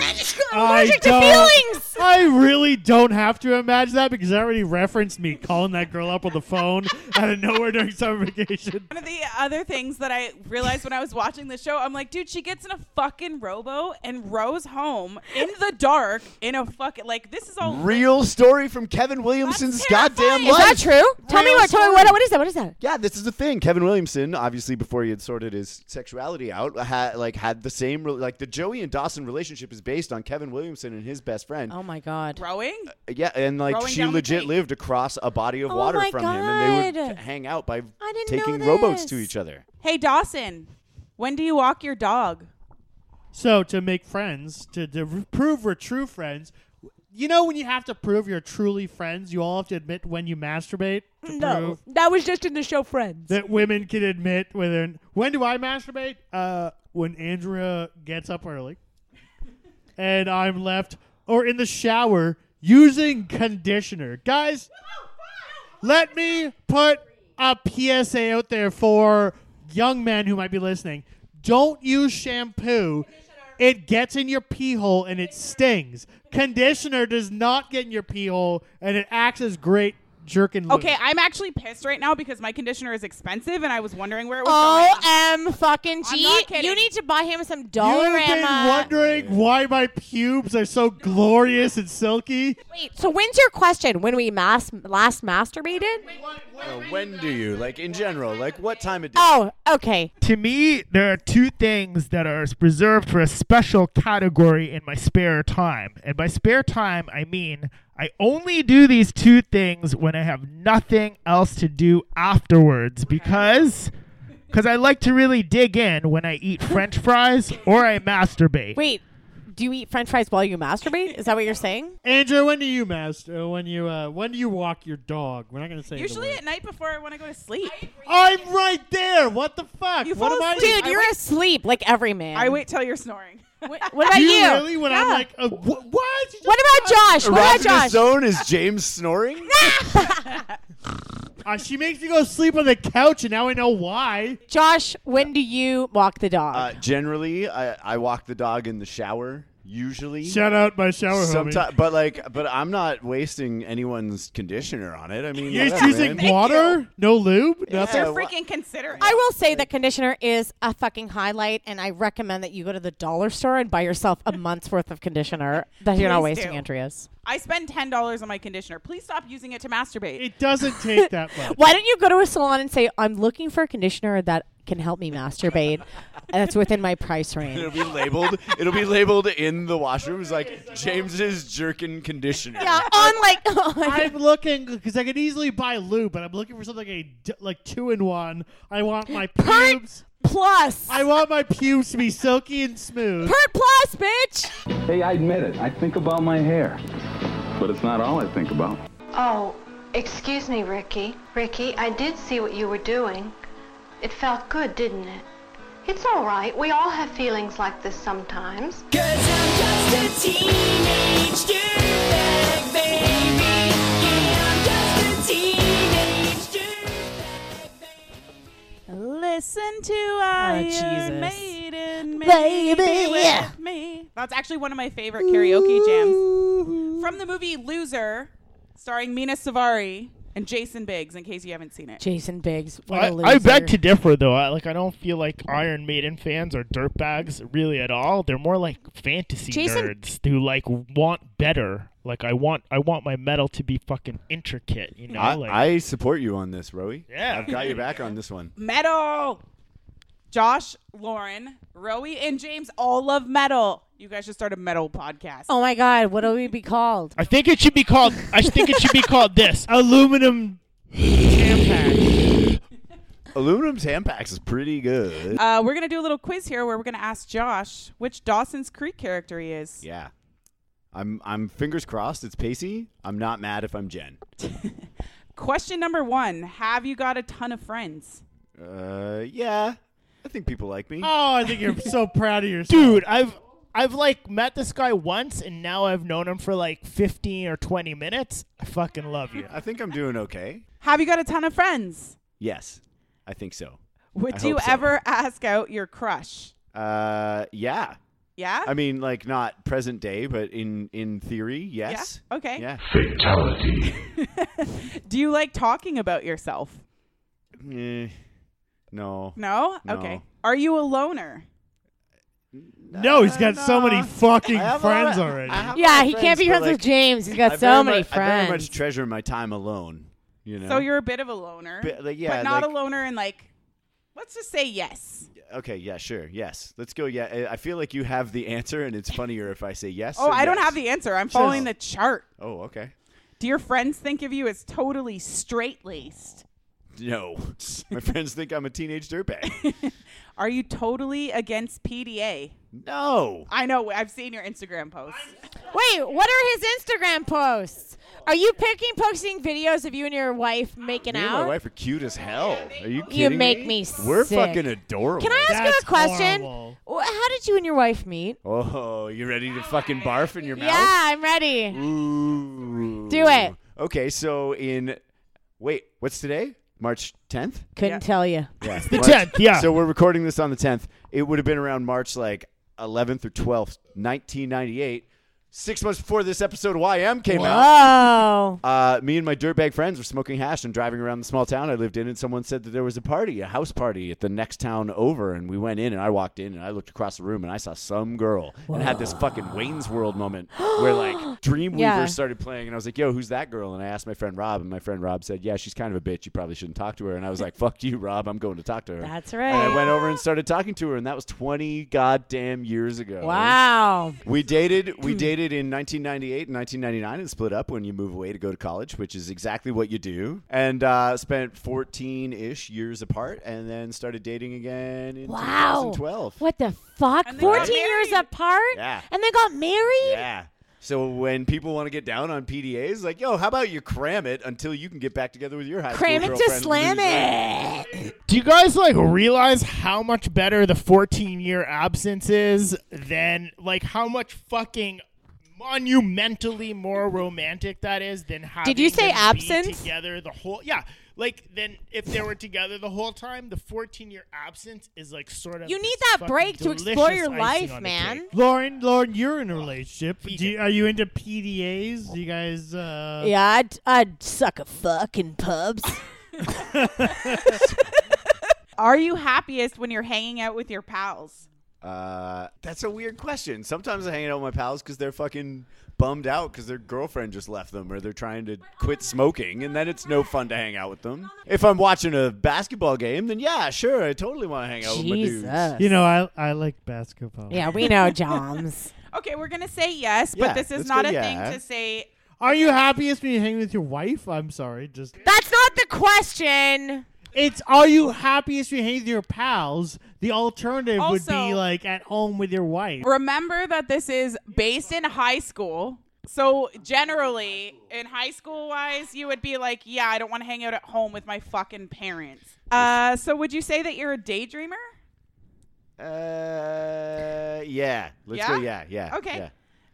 [SPEAKER 3] allergic to
[SPEAKER 2] don't-
[SPEAKER 3] feelings.
[SPEAKER 2] I really don't have to imagine that because I already referenced me calling that girl up on the phone out of nowhere during summer vacation.
[SPEAKER 4] One of the other things that I realized when I was watching the show, I'm like, dude, she gets in a fucking robo and rows home in the dark in a fucking like this is all
[SPEAKER 1] Real story from Kevin Williamson's goddamn
[SPEAKER 3] Is
[SPEAKER 1] life.
[SPEAKER 3] that true? Tell me
[SPEAKER 1] Real
[SPEAKER 3] what. Tell me
[SPEAKER 1] story.
[SPEAKER 3] what. What is that? What is that?
[SPEAKER 1] Yeah, this is the thing. Kevin Williamson, obviously, before he had sorted his sexuality out, had like had the same re- like the Joey and Dawson relationship is based on Kevin Williamson and his best friend.
[SPEAKER 3] Oh my God.
[SPEAKER 4] rowing.
[SPEAKER 1] Yeah, and like
[SPEAKER 4] Rowing
[SPEAKER 1] she
[SPEAKER 4] down the
[SPEAKER 1] legit
[SPEAKER 4] creek.
[SPEAKER 1] lived across a body of
[SPEAKER 3] Oh
[SPEAKER 1] water
[SPEAKER 3] my
[SPEAKER 1] from him, and they would
[SPEAKER 3] God.
[SPEAKER 1] f- hang out by
[SPEAKER 3] I didn't
[SPEAKER 1] taking
[SPEAKER 3] know
[SPEAKER 1] rowboats to
[SPEAKER 3] this.
[SPEAKER 1] each other.
[SPEAKER 4] Hey Dawson, when do you walk your dog?
[SPEAKER 2] So to make friends, to, to re- prove we're true friends, you know when you have to prove you're truly friends, you all have to admit when you masturbate. To prove
[SPEAKER 3] that was just in the show Friends.
[SPEAKER 2] that women can admit whether when do I masturbate? Uh, when Andrea gets up early, and I'm left or in the shower using conditioner. Guys, let me put a PSA out there for young men who might be listening. Don't use shampoo. It gets in your pee hole and it stings. Conditioner does not get in your pee hole and it acts as great jerkin lube.
[SPEAKER 4] Okay, I'm actually pissed right now because my conditioner is expensive and I was wondering where it was
[SPEAKER 3] O
[SPEAKER 4] going.
[SPEAKER 3] M fucking
[SPEAKER 4] I'm
[SPEAKER 3] G.
[SPEAKER 4] not kidding.
[SPEAKER 3] You need to buy him some
[SPEAKER 2] You've been
[SPEAKER 3] Dollarama.
[SPEAKER 2] wondering why my pubes are so glorious and silky.
[SPEAKER 3] Wait. So when's your question? When we mas- last masturbated?
[SPEAKER 1] Uh, when do you like in general? Like what time of day?
[SPEAKER 3] Oh, okay.
[SPEAKER 6] To me, there are two things that are reserved for a special category in my spare time. And by spare time, I mean I only do these two things when I have nothing else to do afterwards because cause I like to really dig in when I eat french fries or I masturbate.
[SPEAKER 3] Wait. do you eat French fries while you masturbate? Is that what you're saying?
[SPEAKER 2] Andrew, when do you master? When you uh, when do you walk your dog? We're not gonna say. the
[SPEAKER 4] Usually
[SPEAKER 2] word.
[SPEAKER 4] at night before I want to go to sleep.
[SPEAKER 2] I'm right there. What the fuck?
[SPEAKER 4] You
[SPEAKER 2] what
[SPEAKER 4] fall
[SPEAKER 2] am I?
[SPEAKER 3] Dude, you're asleep like every man.
[SPEAKER 4] I wait till you're snoring. What,
[SPEAKER 3] What about you?
[SPEAKER 2] Really? When I'm
[SPEAKER 3] Yeah.
[SPEAKER 2] like, uh, wh- what?
[SPEAKER 3] What about Josh?
[SPEAKER 1] Erogenous
[SPEAKER 3] What about Josh?
[SPEAKER 1] zone is James snoring?
[SPEAKER 2] Uh, she makes me go sleep on the couch, and now I know why.
[SPEAKER 3] Josh, when do you walk the dog?
[SPEAKER 1] Uh, generally, I, I walk the dog in the shower. Usually,
[SPEAKER 2] Shout out my shower homie.
[SPEAKER 1] Someti- but like, but I'm not wasting anyone's conditioner on it. I mean,
[SPEAKER 2] You're
[SPEAKER 1] whatever,
[SPEAKER 2] choosing
[SPEAKER 1] man.
[SPEAKER 2] water, no lube, nothing.
[SPEAKER 1] Yeah, wha-
[SPEAKER 4] Freaking considerate.
[SPEAKER 3] I will say that conditioner is a fucking highlight, and I recommend that you go to the dollar store and buy yourself a month's worth of conditioner that you're not
[SPEAKER 4] Please
[SPEAKER 3] wasting,
[SPEAKER 4] do.
[SPEAKER 3] Andreas.
[SPEAKER 4] I spend ten dollars on my conditioner. Please stop using it to masturbate.
[SPEAKER 2] It doesn't take that much.
[SPEAKER 3] Why don't you go to a salon and say, I'm looking for a conditioner that can help me masturbate that's within my price range?
[SPEAKER 1] It'll be labeled. It'll be labeled in the washroom. It's like James's jerkin conditioner.
[SPEAKER 3] Yeah, on like,
[SPEAKER 2] I'm looking because I could easily buy lube, but I'm looking for something like, a d- like two in one. I want my pubes.
[SPEAKER 3] plus.
[SPEAKER 2] I want my pubes to be silky and smooth.
[SPEAKER 3] Pert plus, bitch!
[SPEAKER 14] Hey, I admit it. I think about my hair. But it's not all I think about.
[SPEAKER 15] Oh, excuse me, Ricky. Ricky, I did see what you were doing. It felt good, didn't it? It's all right. We all have feelings like this sometimes.
[SPEAKER 4] Listen to Iron
[SPEAKER 3] Ah, Jesus.
[SPEAKER 4] Maiden,
[SPEAKER 3] Baby,
[SPEAKER 4] maybe with
[SPEAKER 3] yeah.
[SPEAKER 4] me. That's actually one of my favorite karaoke jams from the movie Loser, starring Mina Savari and Jason Biggs. In case you haven't seen it,
[SPEAKER 3] Jason Biggs, what a
[SPEAKER 6] I,
[SPEAKER 3] loser.
[SPEAKER 6] I beg to differ, though. I, like, I don't feel like Iron Maiden fans are dirtbags really at all. They're more like fantasy
[SPEAKER 3] Jason-
[SPEAKER 6] nerds who like want better. Like, I want, I want my metal to be fucking intricate. You know,
[SPEAKER 1] I,
[SPEAKER 6] like
[SPEAKER 1] I support you on this, Rowie.
[SPEAKER 6] Yeah.
[SPEAKER 1] I've got your back on this one.
[SPEAKER 4] metal. Josh, Lauren, Rowie, and James all love metal. You guys should start a metal podcast.
[SPEAKER 3] Oh my God, what will we be called?
[SPEAKER 6] I think it should be called. I think it should be called this.
[SPEAKER 2] Aluminum
[SPEAKER 1] Aluminum Tampax is pretty good.
[SPEAKER 4] Uh, we're gonna do a little quiz here where we're gonna ask Josh which Dawson's Creek character he is.
[SPEAKER 1] yeah. I'm I'm fingers crossed it's Pacey. I'm not mad if I'm Jen.
[SPEAKER 4] Question number one: Have you got a ton of friends?
[SPEAKER 1] Uh yeah. I think people like me.
[SPEAKER 2] Oh, I think you're so proud of yourself.
[SPEAKER 6] dude i've i've like met this guy once and now i've known him for like 15 or 20 minutes i fucking love you
[SPEAKER 1] I think I'm doing okay.
[SPEAKER 4] Have you got a ton of friends?
[SPEAKER 1] Yes. I think so. I
[SPEAKER 4] Would
[SPEAKER 1] hope
[SPEAKER 4] you
[SPEAKER 1] so.
[SPEAKER 4] ever ask out your crush?
[SPEAKER 1] Uh yeah.
[SPEAKER 4] Yeah.
[SPEAKER 1] I mean like not present day, but in in theory, yes.
[SPEAKER 4] Yeah? Okay.
[SPEAKER 1] Yeah.
[SPEAKER 8] Fatality.
[SPEAKER 4] Do you like talking about yourself?
[SPEAKER 1] Eh, no.
[SPEAKER 4] No?
[SPEAKER 1] No.
[SPEAKER 4] Okay. Are you a loner?
[SPEAKER 2] No, he's got so many fucking
[SPEAKER 1] I have a
[SPEAKER 2] friends
[SPEAKER 1] lot of-
[SPEAKER 2] already.
[SPEAKER 1] I have a lot
[SPEAKER 3] Yeah,
[SPEAKER 1] of
[SPEAKER 3] he can't be
[SPEAKER 1] but,
[SPEAKER 3] friends
[SPEAKER 1] like,
[SPEAKER 3] with James. He's got
[SPEAKER 1] I
[SPEAKER 3] so
[SPEAKER 1] very
[SPEAKER 3] many
[SPEAKER 1] much- I
[SPEAKER 3] friends.
[SPEAKER 1] very much treasure my time alone. You know.
[SPEAKER 4] So you're a bit of a loner.
[SPEAKER 1] Bit- like, yeah,
[SPEAKER 4] but not
[SPEAKER 1] like-
[SPEAKER 4] a loner and like let's just say yes.
[SPEAKER 1] Okay, yeah, sure. Yes. Let's go. Yeah. eh, I- I feel like you have the answer and it's funnier if I say yes.
[SPEAKER 4] Oh,
[SPEAKER 1] or
[SPEAKER 4] I don't
[SPEAKER 1] yes.
[SPEAKER 4] have the answer. I'm following the chart.
[SPEAKER 1] Oh, okay.
[SPEAKER 4] Do your friends think of you as totally straight laced?
[SPEAKER 1] No. My friends think I'm a teenage dirtbag.
[SPEAKER 4] Are you totally against PDA?
[SPEAKER 1] No.
[SPEAKER 4] I know. I've seen your Instagram posts.
[SPEAKER 3] Wait, what are his Instagram posts? Are you picking posting videos of you and your wife making
[SPEAKER 1] Me and
[SPEAKER 3] out?
[SPEAKER 1] my wife are cute as hell. Are you kidding
[SPEAKER 3] You make me
[SPEAKER 1] We're
[SPEAKER 3] sick.
[SPEAKER 1] fucking adorable.
[SPEAKER 3] Can I ask
[SPEAKER 2] That's
[SPEAKER 3] you a question?
[SPEAKER 2] horrible.
[SPEAKER 3] Wh- How did you and your wife meet?
[SPEAKER 1] Oh, you ready to fucking barf in your mouth?
[SPEAKER 3] Yeah, I'm ready.
[SPEAKER 1] Mm, Ooh.
[SPEAKER 3] Do it.
[SPEAKER 1] Okay, so in wait, what's today? March 10th?
[SPEAKER 3] Couldn't tell you.
[SPEAKER 1] Yeah.
[SPEAKER 6] the
[SPEAKER 1] March-
[SPEAKER 6] 10th, yeah.
[SPEAKER 1] So we're recording this on the 10th. It would have been around March like 11th or 12th, 1998. Six months before this episode of YM came out,
[SPEAKER 3] Oh.
[SPEAKER 1] uh, me and my dirtbag friends were smoking hash and driving around the small town I lived in, and someone said that there was a party, a house party at the next town over. And we went in, and I walked in, and I looked across the room, and I saw some girl and had this fucking Wayne's World moment where like Dreamweaver
[SPEAKER 3] Yeah.
[SPEAKER 1] started playing, and I was like, "Yo, who's that girl?" And I asked my friend Rob, and my friend Rob said, "Yeah, she's kind of a bitch. You probably shouldn't talk to her." And I was like, "Fuck you, Rob. I'm going to talk to her."
[SPEAKER 3] That's
[SPEAKER 1] And
[SPEAKER 3] right.
[SPEAKER 1] I went over and started talking to her, and that was 20 goddamn years ago.
[SPEAKER 3] Wow. Hmm.
[SPEAKER 1] We dated. We dated started in 1998 and 1999 and split up when you move away to go to college, which is exactly what you do. And uh, spent 14 ish years apart and then started dating again in
[SPEAKER 3] Wow.
[SPEAKER 1] 2012.
[SPEAKER 3] What the fuck?
[SPEAKER 1] they got
[SPEAKER 3] 14 years apart?
[SPEAKER 1] Yeah.
[SPEAKER 3] And they got married?
[SPEAKER 1] Yeah. So when people want to get down on PDAs, like, yo, how about you cram it until you can get back together with your high
[SPEAKER 3] Cram it
[SPEAKER 1] school
[SPEAKER 3] to
[SPEAKER 1] girlfriend and
[SPEAKER 3] slam
[SPEAKER 1] lose
[SPEAKER 3] it.
[SPEAKER 6] Do you guys like realize how much better the 14 year absence is than like how much fucking monumentally more romantic that is than having
[SPEAKER 3] you say
[SPEAKER 6] them be
[SPEAKER 3] absence?
[SPEAKER 6] together the whole yeah like then if they were together the whole time the 14 year absence is like sort of
[SPEAKER 3] You need
[SPEAKER 6] this
[SPEAKER 3] that
[SPEAKER 6] fucking
[SPEAKER 3] break to explore
[SPEAKER 6] delicious
[SPEAKER 3] your
[SPEAKER 6] icing
[SPEAKER 3] life,
[SPEAKER 6] on the
[SPEAKER 3] man.
[SPEAKER 6] cake.
[SPEAKER 2] Lauren, Lauren, you're in a relationship. Do you, are you into PDAs? Do you guys? Uh,
[SPEAKER 3] yeah, I'd, I'd suck a fuck in pubs.
[SPEAKER 4] Are you happiest when you're hanging out with your pals?
[SPEAKER 1] Uh, that's a weird question. Sometimes I hang out with my pals because they're fucking bummed out because their girlfriend just left them or they're trying to quit smoking, and then it's no fun to hang out with them. If I'm watching a basketball game, then yeah, sure, I totally want to hang out with my dudes.
[SPEAKER 2] You know, I I like basketball.
[SPEAKER 3] yeah, we know, Joms.
[SPEAKER 4] Okay, we're gonna say yes,
[SPEAKER 2] Yeah,
[SPEAKER 4] but this is
[SPEAKER 2] let's
[SPEAKER 4] not
[SPEAKER 2] go
[SPEAKER 4] a
[SPEAKER 2] yeah.
[SPEAKER 4] thing to say.
[SPEAKER 2] Are you happiest when you hang with your wife? I'm sorry, just
[SPEAKER 3] That's not the question.
[SPEAKER 2] It's are you happiest when you hang with your pals? The alternative would be
[SPEAKER 4] Also-
[SPEAKER 2] like at home with your wife.
[SPEAKER 4] Remember that this is based in high school. So generally, in high school wise, you would be like, "Yeah, I don't want to hang out at home with my fucking parents." Uh, so would you say that you're a daydreamer?
[SPEAKER 1] Uh, yeah. Let's go. Yeah, yeah.
[SPEAKER 4] Okay.
[SPEAKER 1] yeah.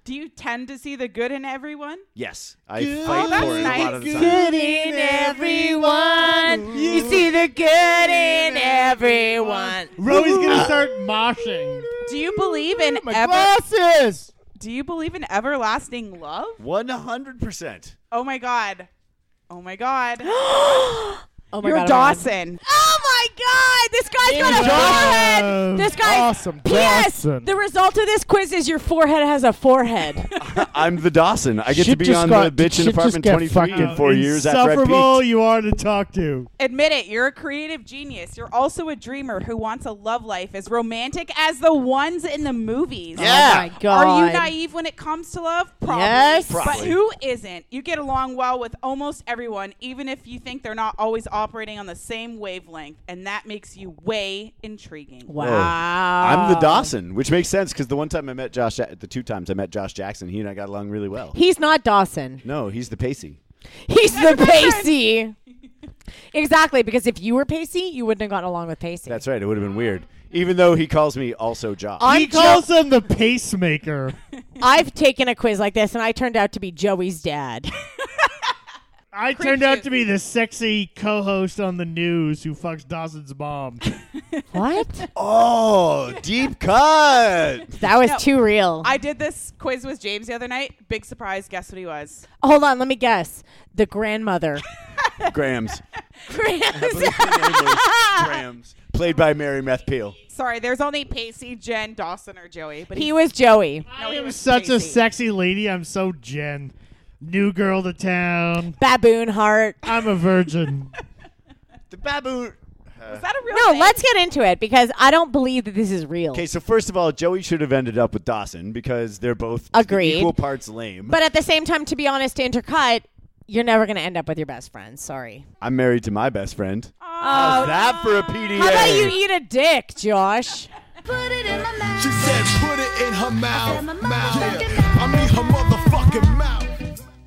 [SPEAKER 4] Do you tend to see the good in everyone?
[SPEAKER 1] Yes, I
[SPEAKER 4] Good.
[SPEAKER 1] fight
[SPEAKER 4] Oh, that's
[SPEAKER 1] for it a lot
[SPEAKER 4] nice.
[SPEAKER 1] of the time.
[SPEAKER 4] Good
[SPEAKER 3] in everyone. You see the good in everyone.
[SPEAKER 2] Roey's gonna start moshing.
[SPEAKER 4] Do you believe in ever-
[SPEAKER 6] glasses?
[SPEAKER 4] Do you believe in everlasting love?
[SPEAKER 1] One hundred percent.
[SPEAKER 4] Oh my god. Oh my god.
[SPEAKER 3] Oh
[SPEAKER 4] You're Dawson.
[SPEAKER 3] Oh my God! This guy's got a
[SPEAKER 6] Wow.
[SPEAKER 3] forehead. This guy.
[SPEAKER 6] Awesome,
[SPEAKER 3] P.S.
[SPEAKER 6] Dawson.
[SPEAKER 3] The result of this quiz is your forehead has a forehead.
[SPEAKER 1] I'm the Dawson. I get
[SPEAKER 6] Shit
[SPEAKER 1] to be
[SPEAKER 6] just
[SPEAKER 1] on
[SPEAKER 6] got-
[SPEAKER 1] the bitch
[SPEAKER 6] shit
[SPEAKER 1] in
[SPEAKER 6] just
[SPEAKER 1] apartment
[SPEAKER 6] got
[SPEAKER 1] 23 in
[SPEAKER 6] fucking
[SPEAKER 1] four years after I
[SPEAKER 2] Insufferable
[SPEAKER 1] peaked.
[SPEAKER 2] you are to talk to.
[SPEAKER 4] Admit it, you're a creative genius. You're also a dreamer who wants a love life as romantic as the ones in the movies.
[SPEAKER 3] Yeah. Oh my God.
[SPEAKER 4] Are you naive when it comes to love? Probably.
[SPEAKER 3] Yes.
[SPEAKER 4] But
[SPEAKER 3] Probably.
[SPEAKER 4] who isn't? You get along well with almost everyone, even if you think they're not always operating on the same wavelength, and that makes you way intriguing.
[SPEAKER 1] Oh. I'm the Dawson, which makes sense because the one time I met Josh, the two times I met Josh Jackson, he and I got along really well.
[SPEAKER 3] He's not Dawson.
[SPEAKER 1] No, he's the Pacey.
[SPEAKER 3] He's the Pacey. exactly, because if you were Pacey, you wouldn't have gotten along with Pacey.
[SPEAKER 1] That's right. It would have been weird, even though he calls me also Josh.
[SPEAKER 3] I'm
[SPEAKER 2] he
[SPEAKER 3] Jo-
[SPEAKER 2] calls him the pacemaker.
[SPEAKER 3] I've taken a quiz like this, and I turned out to be Joey's dad.
[SPEAKER 2] I turned out to be the sexy co-host on the news who fucks Dawson's mom.
[SPEAKER 3] what?
[SPEAKER 1] Oh, deep cut.
[SPEAKER 3] That was
[SPEAKER 4] No.
[SPEAKER 3] too real.
[SPEAKER 4] I did this quiz with James the other night. Big surprise. Guess what he was?
[SPEAKER 3] Hold on, let me guess. The grandmother.
[SPEAKER 1] Grams.
[SPEAKER 3] Grams.
[SPEAKER 1] Grams. Played by Mary Meth Peel.
[SPEAKER 4] Sorry, there's only Pacey, Jen, Dawson, or Joey. But
[SPEAKER 3] he
[SPEAKER 4] he's-
[SPEAKER 3] was Joey.
[SPEAKER 4] No, he
[SPEAKER 2] I'm
[SPEAKER 4] was
[SPEAKER 2] such a
[SPEAKER 4] Pacey.
[SPEAKER 2] sexy lady. I'm so Jen. New girl to town.
[SPEAKER 3] Baboon heart.
[SPEAKER 2] I'm a virgin.
[SPEAKER 1] The baboon.
[SPEAKER 4] Is that a real?
[SPEAKER 3] No, let's get into it because I don't believe that this is real.
[SPEAKER 1] Okay, so first of all, Joey should have ended up with Dawson because they're both
[SPEAKER 3] Agreed.
[SPEAKER 1] equal parts lame.
[SPEAKER 3] But at the same time, to be honest, to intercut, you're never going to end up with your best friend. Sorry.
[SPEAKER 1] I'm married to my best friend.
[SPEAKER 3] Oh,
[SPEAKER 1] How's that for a PDA?
[SPEAKER 3] how about you eat a dick, Josh?
[SPEAKER 16] She said, put it in her mouth. mouth. I mean, her motherfucking mouth.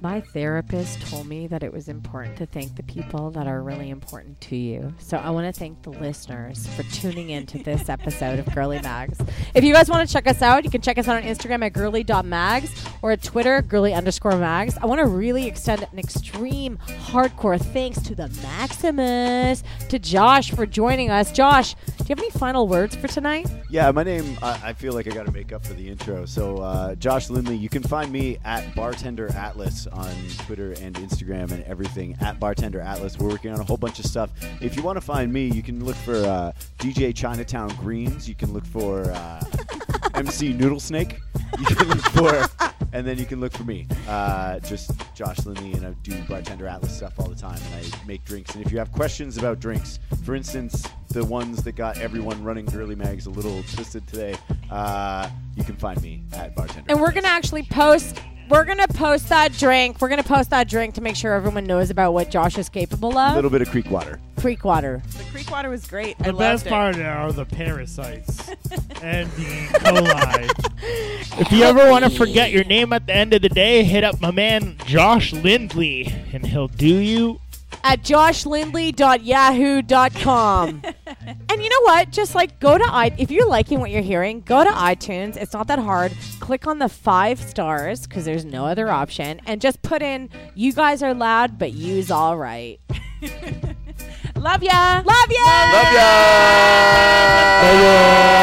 [SPEAKER 3] My therapist told me that it was important to thank the people that are really important to you. So I want to thank the listeners for tuning in to this episode of Girly Mags. If you guys want to check us out, you can check us out on Instagram at girly.mags or at Twitter, girly underscore mags. I want to really extend an extreme hardcore thanks to the Maximus, to Josh for joining us. Josh, do you have any final words for tonight?
[SPEAKER 1] Yeah, my name, I, I feel like I got to make up for the intro. So, uh, Josh Lindley, you can find me at Bartender Atlas on Twitter and Instagram and everything at Bartender Atlas. We're working on a whole bunch of stuff. If you want to find me, you can look for uh, DJ Chinatown Greens. You can look for uh, MC Noodle Snake. You can look for, and then you can look for me. Uh, just Josh Lindley, and I do Bartender Atlas stuff all the time, and I make drinks. And if you have questions about drinks, for instance, the ones that got everyone running girly mags a little twisted today, uh, you can find me at bartender.
[SPEAKER 3] And we're gonna actually post. We're gonna post that drink. We're gonna post that drink to make sure everyone knows about what Josh is capable
[SPEAKER 1] A
[SPEAKER 3] of.
[SPEAKER 1] little bit of creek water.
[SPEAKER 3] Creek water.
[SPEAKER 4] The creek water was great. I
[SPEAKER 17] The
[SPEAKER 4] loved
[SPEAKER 17] best
[SPEAKER 4] it.
[SPEAKER 17] part are the parasites and the E. coli.
[SPEAKER 2] If you ever want to forget your name at the end of the day, hit up my man Josh Lindley, and he'll do you
[SPEAKER 3] at joshlindley.yahoo.com. and you know what? Just like go to i if you're liking what you're hearing, go to iTunes. It's not that hard. Click on the five stars because there's no other option, and just put in "You guys are loud, but you's all right."
[SPEAKER 4] Love ya. Love
[SPEAKER 3] Love ya.
[SPEAKER 4] ya.
[SPEAKER 1] Bye-bye.